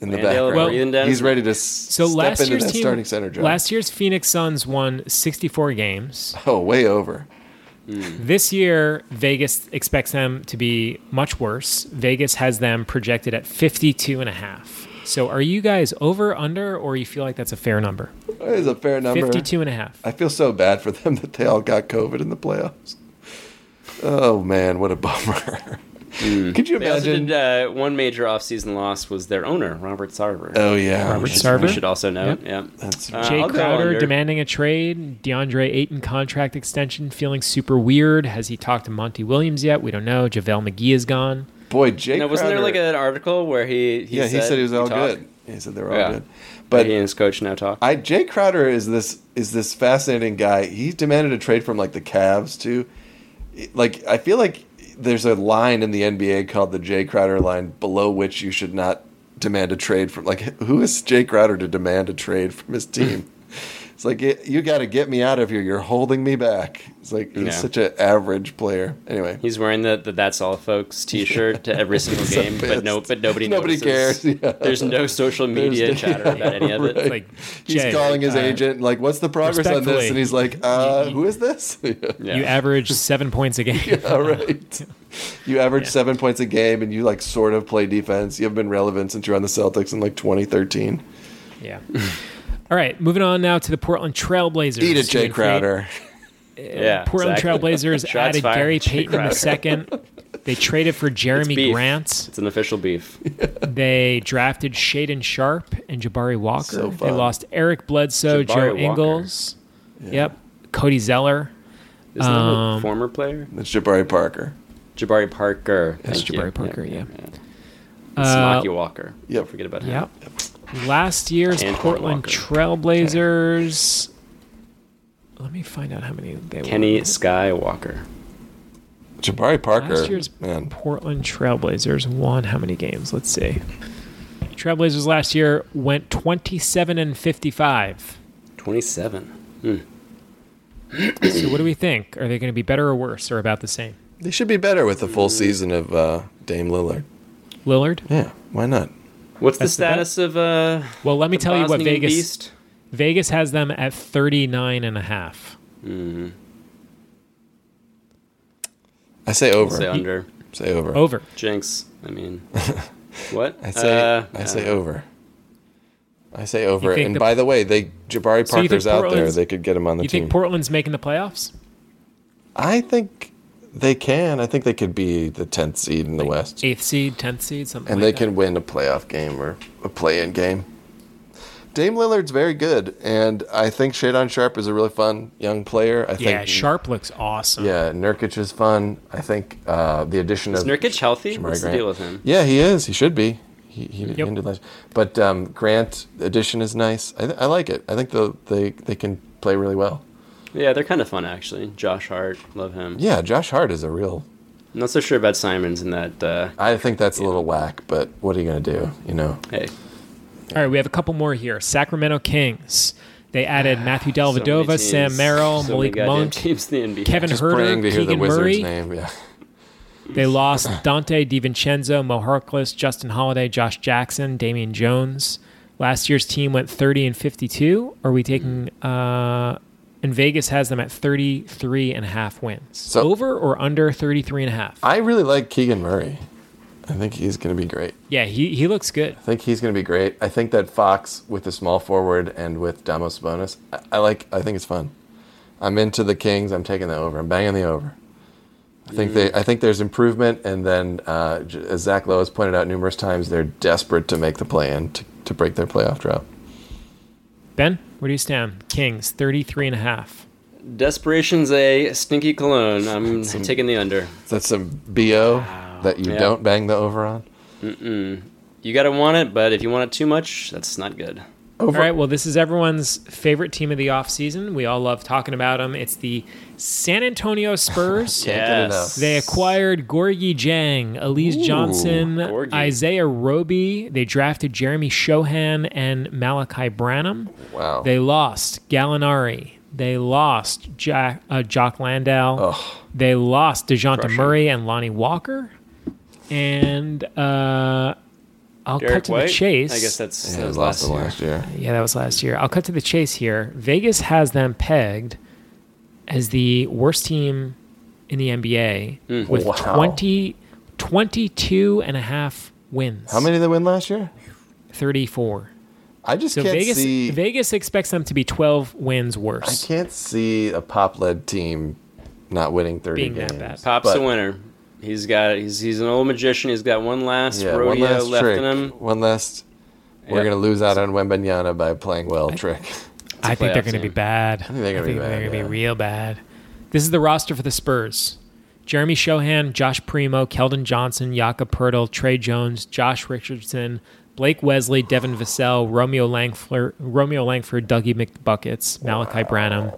in the Landale background. breathing down he's his ready to s- So step last into year's that team, starting center job. last year's Phoenix Suns won 64 games. oh, way over. This year, Vegas expects them to be much worse. Vegas has them projected at 52 and a half. So are you guys over, under, or you feel like that's a fair number? That is a fair number. 52 and a half. I feel so bad for them that they all got COVID in the playoffs. Oh man, what a bummer. Could you They also imagine? did, uh, one major offseason loss was their owner, Robert Sarver. oh yeah, Robert We Sarver. should also note. Yeah. That's- Uh, Jay I'll go Crowder under. demanding a trade. DeAndre Ayton contract extension feeling super weird. Has he talked to Monty Williams yet? We don't know. JaVale McGee is gone. boy, Jake. Now, wasn't there Crowder- like an article where he, he yeah, said he said he was we all talk, good. He said they were all Yeah. good, But but he and his coach now talk. I Jay Crowder is this is this fascinating guy. He demanded a trade from like the Cavs too. Like I feel like there's a line in the NBA called the Jay Crowder line below which you should not demand a trade from. Like who is Jay Crowder to demand a trade from his team? it's like y- you got to get me out of here. You're holding me back. It's like he's Yeah. such an average player. Anyway, He's wearing the, the "That's All, Folks" T-shirt to every single He's the game, but no, best. but nobody Nobody notices. cares, yeah. There's no social media no- chatter about any of it. Right. Like he's Jay, calling his uh, agent like, "What's the progress on this?" respectfully, And he's like, uh, "Who is this?" Yeah. You average seven points a game. All right. You average seven points a game and you like sort of play defense. You haven't been relevant since you're on the Celtics in like 2013. Yeah. All right, moving on now to the Portland Trailblazers. Eat it, Ian Jay Fre- Crowder. yeah, Portland exactly. Trailblazers Shots added fired, Gary Jay Payton Crowder. II. They traded for It's Jeremy beef. Grant. It's an official beef. They drafted Shaden Sharp and Jabari Walker. So they fun. lost Eric Bledsoe, Jabari Joe Walker. Ingles. Yep. Cody Zeller. Isn't that a Um, former player? That's Jabari Parker. Jabari Parker. That's Thank you. Jabari Parker, yeah. It's Uh, Smokey Walker. yep. Forget about him. Yep. Last year's Antoine Portland Walker. Trailblazers. Let me find out how many they Kenny were. Skywalker. Jabari Parker. Last year's man. Portland Trailblazers won how many games? Let's see. Trailblazers last year went 27 and 55. 27. So what do we think? Are they going to be better or worse or about the same? They should be better with the full season of uh, Dame Lillard. Lillard? Yeah. Why not? What's That's the the bet? status of uh? Well, let me tell you what Bosnian Vegas Beast? Vegas has them at 39 and a half. I say I'll over. Say under. Say over. Over. Jinx. I mean, what? I say Uh, I say over. I say over. think And the- by the way, they Jabari So you think Parker's out there. Portland's- They could get him on the You team. think Portland's making the playoffs? I think they can. I think they could be the 10th seed in the West. 8th seed, 10th seed, something and like they can win a playoff game or a play-in game. Dame Lillard's very good, and I think Shadon Sharp is a really fun young player. I that. Yeah, think Sharp looks awesome. Yeah, Nurkic is fun. I think uh, the addition Is of Nurkic healthy? Jamari What's the Grant- deal with him? Yeah, he is. He should be. He, he Yep. ended last. But um, Grant addition is nice. I, th- I like it. I think the, they they can play really well. Yeah, they're kind of fun actually. Josh Hart, love him. Yeah, Josh Hart is a real. I'm not so sure about Simons in that. Uh, I think that's a little whack, but what are you gonna do? You know. hey, All right, we have a couple more here. Sacramento Kings. They added Matthew Dellavedova, Ah, many Sam teams, Merrill, so many Malik goddamn Monk, Teams in the NBA. Kevin Just Herter, praying to hear Keegan the Wizard's Murray. name. Yeah. They lost Dante DiVincenzo, Mo Harkless, Justin Holiday, Josh Jackson, Damian Jones. Last year's team went 30 and 52. Are we taking uh and Vegas has them at 33 and a half wins. So- Over or under 33 and a half? I really like Keegan Murray. I think he's going to be great. yeah, he he looks good. I think he's going to be great. I think that Fox with the small forward and with Damos Bonus, I, I like. I think it's fun. I'm into the Kings. I'm taking the over. I'm banging the over. I think they. I think there's improvement, and then uh, j- as Zach Lowe has pointed out numerous times, they're desperate to make the play in to, to break their playoff drought. Ben, where do you stand? Kings 33 and a half. Desperation's a stinky cologne. I'm taking the under. Is that some bo that you Yeah. don't bang the over on? You gotta want it, but if you want it too much, that's not good. All right, well, this is everyone's favorite team of the offseason. We all love talking about them. It's the San Antonio Spurs. Yes. They acquired Gorgie Jang, Elise Johnson, Gorgie. Isaiah Roby. They drafted Jeremy Shohan and Malachi Branham. Wow. They lost Gallinari. They lost Jack, uh, Jock Landau. They lost DeJounte Murray and Lonnie Walker. And uh, I'll cut Derek to White. the chase. I guess that's yeah, that was lost last the year. last year. Yeah, that was last year. I'll cut to the chase here. Vegas has them pegged as the worst team in the NBA with Mm. Wow. twenty, twenty-two and a half 22 and a half wins. How many did they win last year? 34. I just So can't Vegas see. Vegas expects them to be 12 wins I worse. can't see a pop led team not winning thirty Being that games. bad. Pop's But- a winner. He's got he's he's an old magician. He's got one last Yeah, rodeo one last left trick. in him. One last. We're Yep. gonna lose out on Wembenyana by playing well. trick. I think they're going playoff to be team. bad. I think they're gonna be bad, They're going to yeah. be real bad. This is the roster for the Spurs. Jeremy Shohan, Josh Primo, Keldon Johnson, Jakob Pertl, Trey Jones, Josh Richardson, Blake Wesley, Devin Vassell, Romeo Langford, Romeo Langford, Dougie McBuckets, Malachi Branham,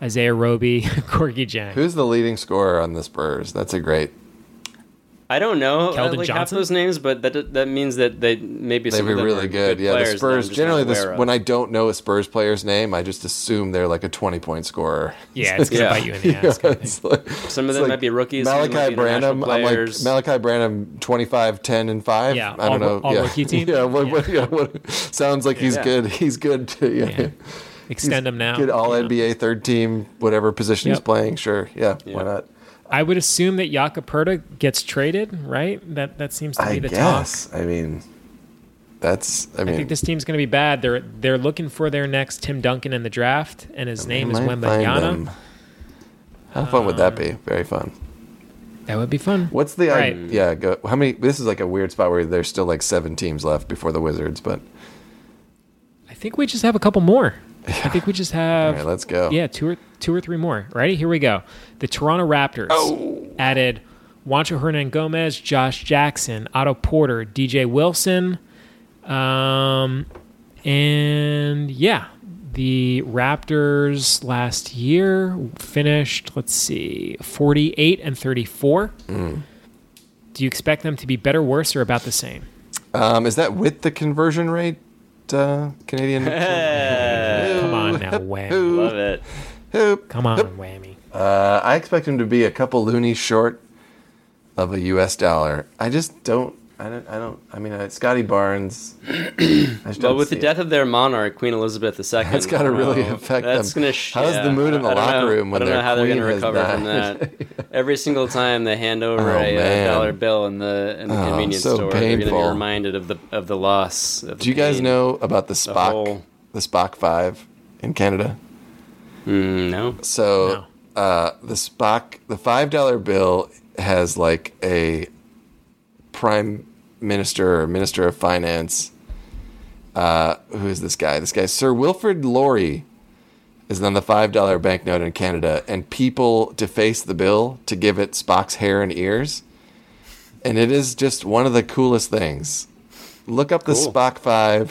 Isaiah Roby, Corgi Jang. Who's the leading scorer on the Spurs? That's a great. I don't know uh, Keldon like half Johnson? those names, but that that means that they maybe They'd some be of them really are good. Yeah, the players that I'm Spurs. just not Generally, this aware of. when I don't know a Spurs player's name, I just assume they're like a twenty-point scorer. Yeah, it's going to Yeah. bite you in the ass. kind of thing. It's like- Some of it's them might be rookies, some of them Malachi might be international Branham. I'm like players. Malachi Branham, 25, 10, and five. Yeah, I don't all- know. all yeah. rookie team? yeah, what, what- yeah, what- sounds like he's Yeah. good. He's good. Too. Yeah, Yeah. Extend them now. Good all you know. NBA third team, whatever position he's Yep. playing. Sure, yeah, why not? I would assume that Jakoburta gets traded, right? That that seems to be I the talk. guess. I mean, that's. I mean, I think this team's going to be bad. They're they're looking for their next Tim Duncan in the draft, and his name is might find them. Wembanyama. How fun would that be? Very fun. That would be fun. What's the Um, Right. I, yeah? Go, how many? This is like a weird spot where there's still like seven teams left before the Wizards, but I think we just have a couple more. I think we just all have right, let's go. yeah two or two or three more. Ready? Here we go. The Toronto Raptors added Juancho Hernan Gomez, Josh Jackson, Otto Porter, DJ Wilson, um, and yeah. The Raptors last year finished, let's see, 48 and 34. Do you expect them to be better, worse, or about the same? Um, is that with the conversion rate? Uh, Canadian. Come on now, whammy. love it. Hoop. Come on, whammy. Uh, I expect him to be a couple loonies short of a U.S. dollar. I just don't. I don't. I don't. I mean, uh, Scotty Barnes. I just But don't with the see it. death of their monarch, Queen Elizabeth II, That's got to really affect that's them. Gonna sh- How's yeah, the mood in the I don't locker know- room when I don't their know how they're queen gonna has recover from died? that. Every single time they hand over Oh, a man. uh, dollar bill in the, in the Oh, convenience so store, they're going to painful. be reminded of the of the loss. Of Do you guys pain. know about the Spock? whole- The Spock Five in Canada. Mm, no. So uh, the Spock, the five dollar bill has like a prime minister or minister of finance. Uh, who is this guy? This guy, Sir Wilfrid Laurier, is on the five dollar banknote in Canada, and people deface the bill to give it Spock's hair and ears, and it is just one of the coolest things. Look up the Spock Five.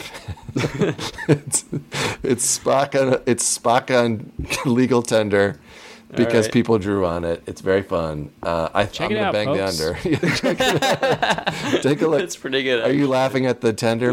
it's, it's Spock on it's Spock on legal tender because right. people drew on it. It's very fun. Uh, I, I'm it gonna out, bang folks. the under. Yeah, check it out. Take a look. That's pretty good. Are you laughing at the tender,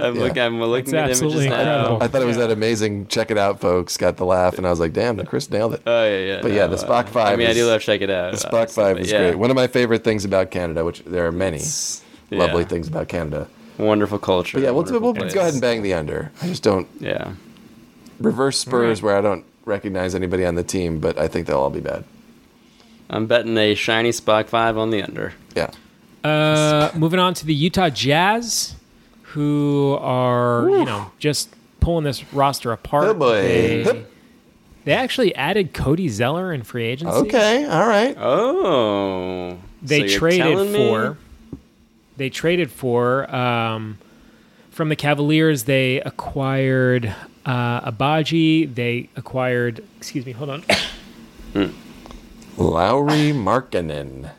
I'm Yeah. looking. I'm looking at images absolutely now. incredible. I thought it was that amazing. Check it out, folks. Got the laugh, and I was like, "Damn, Chris nailed it." Oh yeah, yeah. But yeah, the Spock I Five mean, I is- do love check it out. the Spock obviously, Five but is yeah. great. One of my favorite things about Canada, which there are many yeah. lovely things about Canada. Wonderful culture. But yeah, we'll, wonderful we'll place. go ahead and bang the under. I just don't Yeah. reverse Spurs where I don't recognize anybody on the team, but I think they'll all be bad. I'm betting a shiny Spock five on the under. Yeah. Uh, moving on to the Utah Jazz, who are you know just pulling this roster apart. Oh boy. They, Hup. they actually added Cody Zeller in free agency. Okay. All right. Oh. so they you're traded telling me- for. They traded for um, from the Cavaliers. They acquired uh, Abaji. They acquired. Excuse me. Hold on. Lowry Markkinen.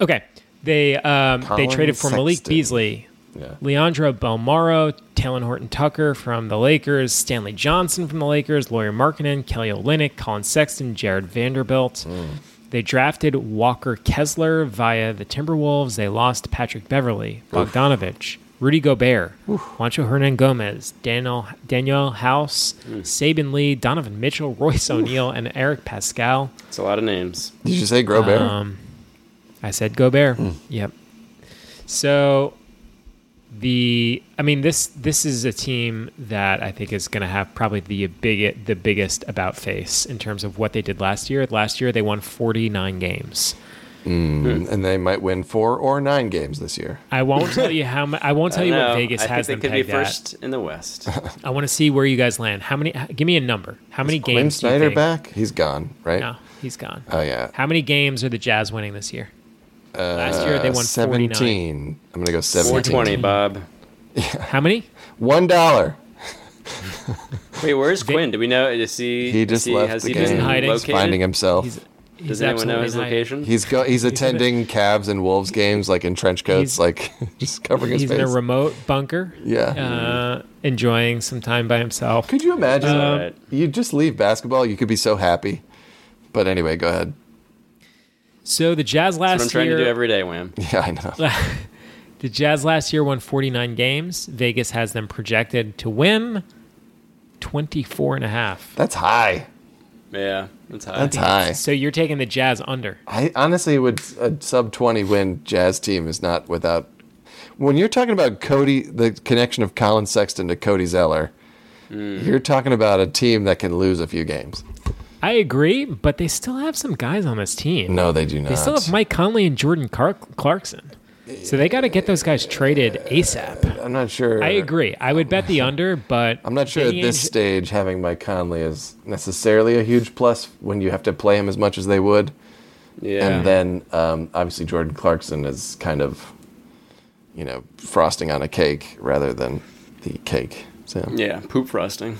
Okay. They um, they Colin traded for Malik Sexton. Beasley, Yeah. Leandro Belmaro, Talon Horton Tucker from the Lakers, Stanley Johnson from the Lakers, Laurie Markkinen, Kelly Olynyk, Colin Sexton, Jared Vanderbilt. Mm. They drafted Walker Kessler via the Timberwolves. They lost Patrick Beverly, Bogdanovich, Rudy Gobert, Juancho Hernan Gomez, Daniel Daniel House, Mm. Sabin Lee, Donovan Mitchell, Royce O'Neal, and Eric Pascal. It's a lot of names. Did you say Grobert? Um, I said Gobert. Hmm. Yep. So the I mean this this is a team that I think is going to have probably the big the biggest about face in terms of what they did last year. Last year they won 49 games. and they might win four or nine games this year. I won't tell you how mu- I won't tell I you don't what know. Vegas I has think them they could be pegged at. first in the West. I want to see where you guys land. How many give me a number. How many Quinn games do you Snyder think- back? He's gone, right? No, he's gone. Oh yeah. How many games are the Jazz winning this year? last year they Uh, won 49. seventeen. I'm gonna go seventeen. 420, Bob. How many? One dollar. Wait, where's Quinn? Do we know? Is he? He just is he, left has the he game. been He's hiding. located? Finding himself. He's- he's Does anyone know absolutely his not- location? He's go. He's attending Cavs and Wolves games like in trench coats, He's- like just covering his He's in a face. remote bunker. yeah. uh, enjoying some time by himself. could you imagine? Uh, Alright. you just leave basketball. You could be so happy. But anyway, go ahead. So the Jazz That's what I'm last trying year, to do every day, Wham. Yeah, I know. the Jazz last year won 49 games. Vegas has them projected to win 24 and a half. That's high. Yeah, that's high. That's high. So you're taking the Jazz under. I honestly would a sub twenty win Jazz team is not without. When you're talking about Cody, the connection of Colin Sexton to Cody Zeller, you're talking about a team that can lose a few games. I agree, but they still have some guys on this team. No, they do not. They still have Mike Conley and Jordan Clark- Clarkson. So they got to get those guys traded ASAP. I'm not sure. I agree. I would bet the under, but I'm not sure at Danny this Ainge- stage having Mike Conley is necessarily a huge plus when you have to play him as much as they would. Yeah. And then um, obviously Jordan Clarkson is kind of, you know, frosting on a cake rather than the cake. So yeah, poop frosting.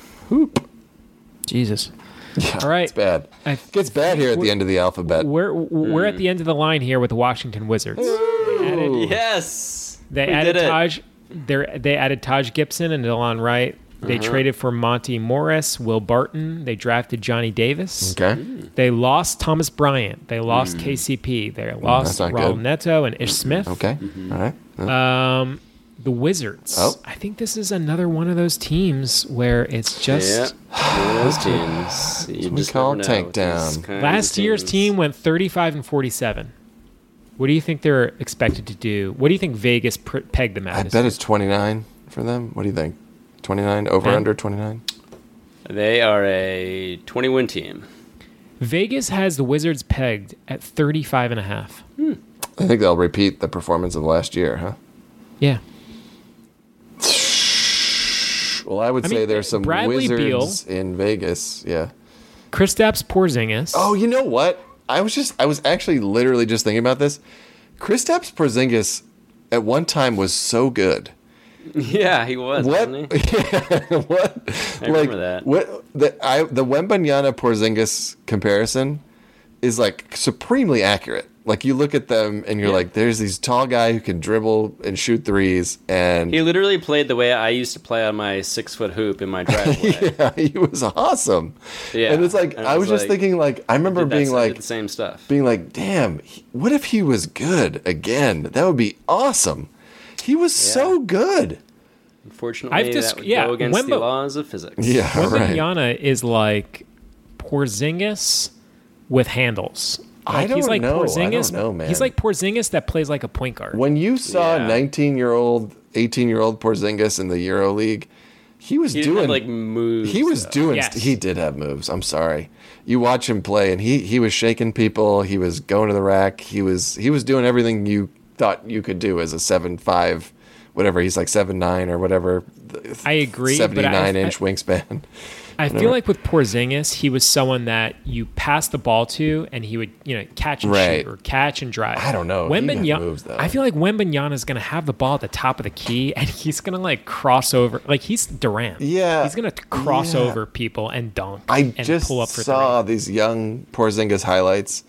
Jesus. yeah, All right. it's bad. I- It gets bad here at the We're- end of the alphabet. We're we're Hmm. at the end of the line here with the Washington Wizards. They added, Yes. they we added did it. Taj. They they added Taj Gibson and Delon Wright. They Uh-huh. traded for Monty Morris, Will Barton. They drafted Johnny Davis. Okay. Hmm. They lost Thomas Bryant. They lost KCP. They lost Mm, not Raul good. Neto and Ish Smith. Okay. All right. Um, the Wizards. Oh. I think this is another one of those teams where it's Yeah. just One of those teams. You we just call never know tank with these down. kinds of Last year's teams. team went 35 and 47. What do you think they're expected to do? What do you think Vegas pr- pegged them at? I this bet year? it's 29 for them. What do you think? 29 over Ben? under 29? They are a 20 win team. Vegas has the Wizards pegged at 35 and a half. I think they'll repeat the performance of last year, huh? Yeah. Well, I would I say mean, there's some Bradley wizards in Vegas. Yeah. Kristaps Porzingis. Oh, you know what? I was just I was actually literally just thinking about this. Kristaps Porzingis at one time was so good. Yeah, he was. What? Wasn't he? what? I remember that. What the I the Wembanyama Porzingis comparison is like supremely accurate. Like you look at them and you're like, there's these tall guy who can dribble and shoot threes, and He literally played the way I used to play on my six foot hoop in my driveway. yeah, he was awesome. Yeah, and it's like and it I was was just like- thinking, like I remember Did that- being like, did the same stuff. being like, damn, he- what if he was good again? That would be awesome. He was so good. Unfortunately, I've dis- that would yeah, go against the Wembo- laws of physics. Yeah, right. Wembanyama is like Porzingis with handles. I Like, don't he's like know. I don't Porzingis, know, man. He's like Porzingis that plays like a point guard. When you saw Yeah. 19 year old, 18 year old Porzingis in the Euro League, he was He didn't doing have, like moves. he was though. doing Yes. he did have moves. I'm sorry. You watch him play, and he he was shaking people. He was going to the rack. He was he was doing everything you thought you could do as a seven five, whatever. He's like seven nine or whatever. I agree, but I- 79 I- inch wingspan. I feel like with Porzingis, he was someone that you pass the ball to, and he would, you know, catch and Right. shoot or catch and drive. I don't know. He Wembanya- got moves, though. I feel like Wembanyama is going to have the ball at the top of the key, and he's going to like cross over, like he's Durant. Yeah. he's going to cross Yeah. over people and dunk. I and just pull up for saw three. these young Porzingis highlights,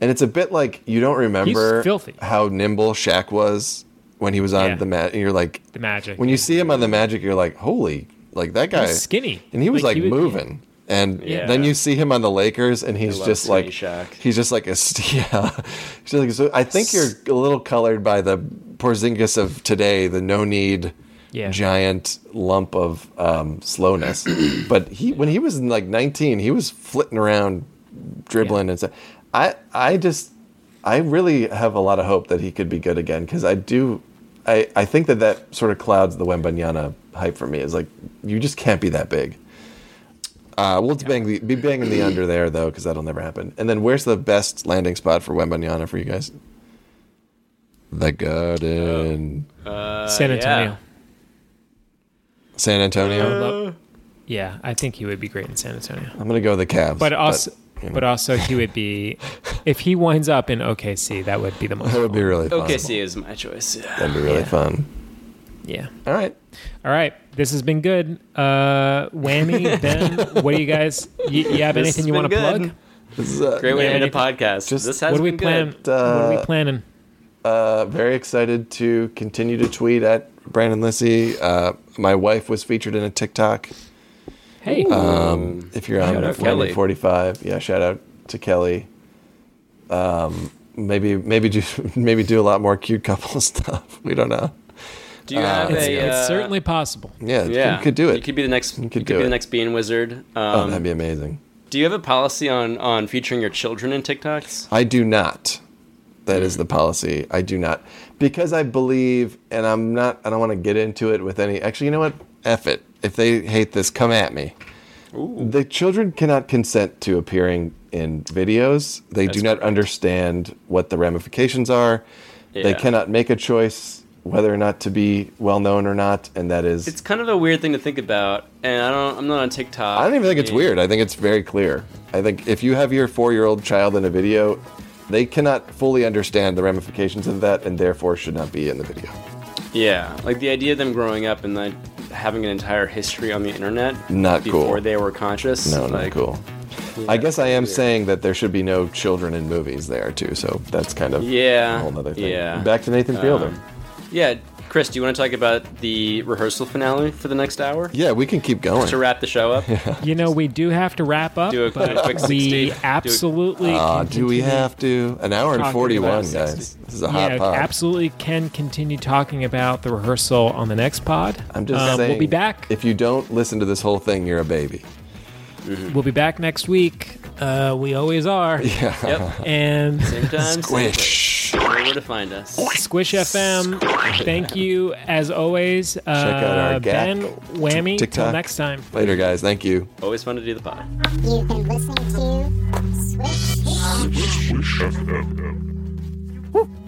And it's a bit like you don't remember filthy. how nimble Shaq was when he was on Yeah. the mat. And you're like, The Magic. when you see him on the Magic, you're like, holy, like that guy. was skinny. And he was Like, like, he was- moving. And Yeah. then you see him on the Lakers, and he's love just skinny like, Shaq. he's just like a, st- yeah. He's just like, so I think you're a little colored by the Porzingis of today, the no need Yeah. giant lump of um, slowness. but he, when he was like 19, he was flitting around, dribbling and stuff. I, I just, I really have a lot of hope that he could be good again because I do, I, I think that that sort of clouds the Wembanyama hype for me. Is like you just can't be that big. Uh, we'll bang the, be banging the under there though because that'll never happen. And then where's the best landing spot for Wembanyama for you guys? The Garden, Uh, San Antonio. San Antonio. uh, I love- yeah, I think he would be great in San Antonio. I'm gonna go with the Cavs. But also, you know, but also, he would be if he winds up in OKC. That would be the most. that would be really fun. OKC is my choice. Yeah. That'd be really fun. Yeah. All right. All right. This has been good. Uh, whammy, Ben. What do you guys? You, you have This anything has you want to been good. plug? This is uh, Great way to end a anything- podcast. Just- this has What are we been good. planning? what are Uh, we planning? uh, very excited to continue to tweet at Brandon Lissy. Uh, my wife was featured in a TikTok. Hey, Um, if you're on Shout out Kelly. 45, yeah, shout out to Kelly. Um, maybe maybe do maybe do a lot more cute couple stuff. We don't know. Do you have it's- a? it's uh, certainly possible. Yeah, Yeah, you could do it. You could be the next. You could could, do be it. the next Bean Wizard. Um, oh, that'd be amazing. do you have a policy on on featuring your children in TikToks? I do not. That is the policy. I do not. Because I believe, and I'm not, I don't want to get into it with any. Actually, you know what? F it. If they hate this, come at me. The children cannot consent to appearing in videos. They do not understand what the ramifications are. They Yeah. cannot make a choice whether or not to be well known or not. And that is, It's kind of a weird thing to think about, and I don't. I'm not on TikTok. I don't even think it's mean, weird. I think it's very clear. I think if you have your four year old child in a video, they cannot fully understand the ramifications of that and therefore should not be in the video. Yeah, like the idea of them growing up and like having an entire history on the internet. Not cool. before they were conscious. No, not like, cool. I guess I am saying that there should be no children in movies there too, so that's kind of Yeah, a whole other thing. yeah. Um, Back to Nathan Fielder. Yeah, Chris, do you want to talk about the rehearsal finale for the next hour yeah, we can keep going. to wrap the show up? You know, we do have to wrap up, Do a- but do a quick we 60. Do a- absolutely Ah, can do we continue- have to? An hour and Talking forty one, about guys. 60. This is a hot Yeah, pod. absolutely can continue talking about the rehearsal on the next pod. I'm just Um, saying we'll be back. If you don't listen to this whole thing, you're a baby. We'll be back next week. Uh, we always are. yep. And Same time. same Squish. place. You know where to find us. Squish FM, thank you as always. Uh, out our Gak Ben Whammy. Till TikTok. next time. Later guys, thank you. Always fun to do the pod. You've been listening to Swish. Swish FM.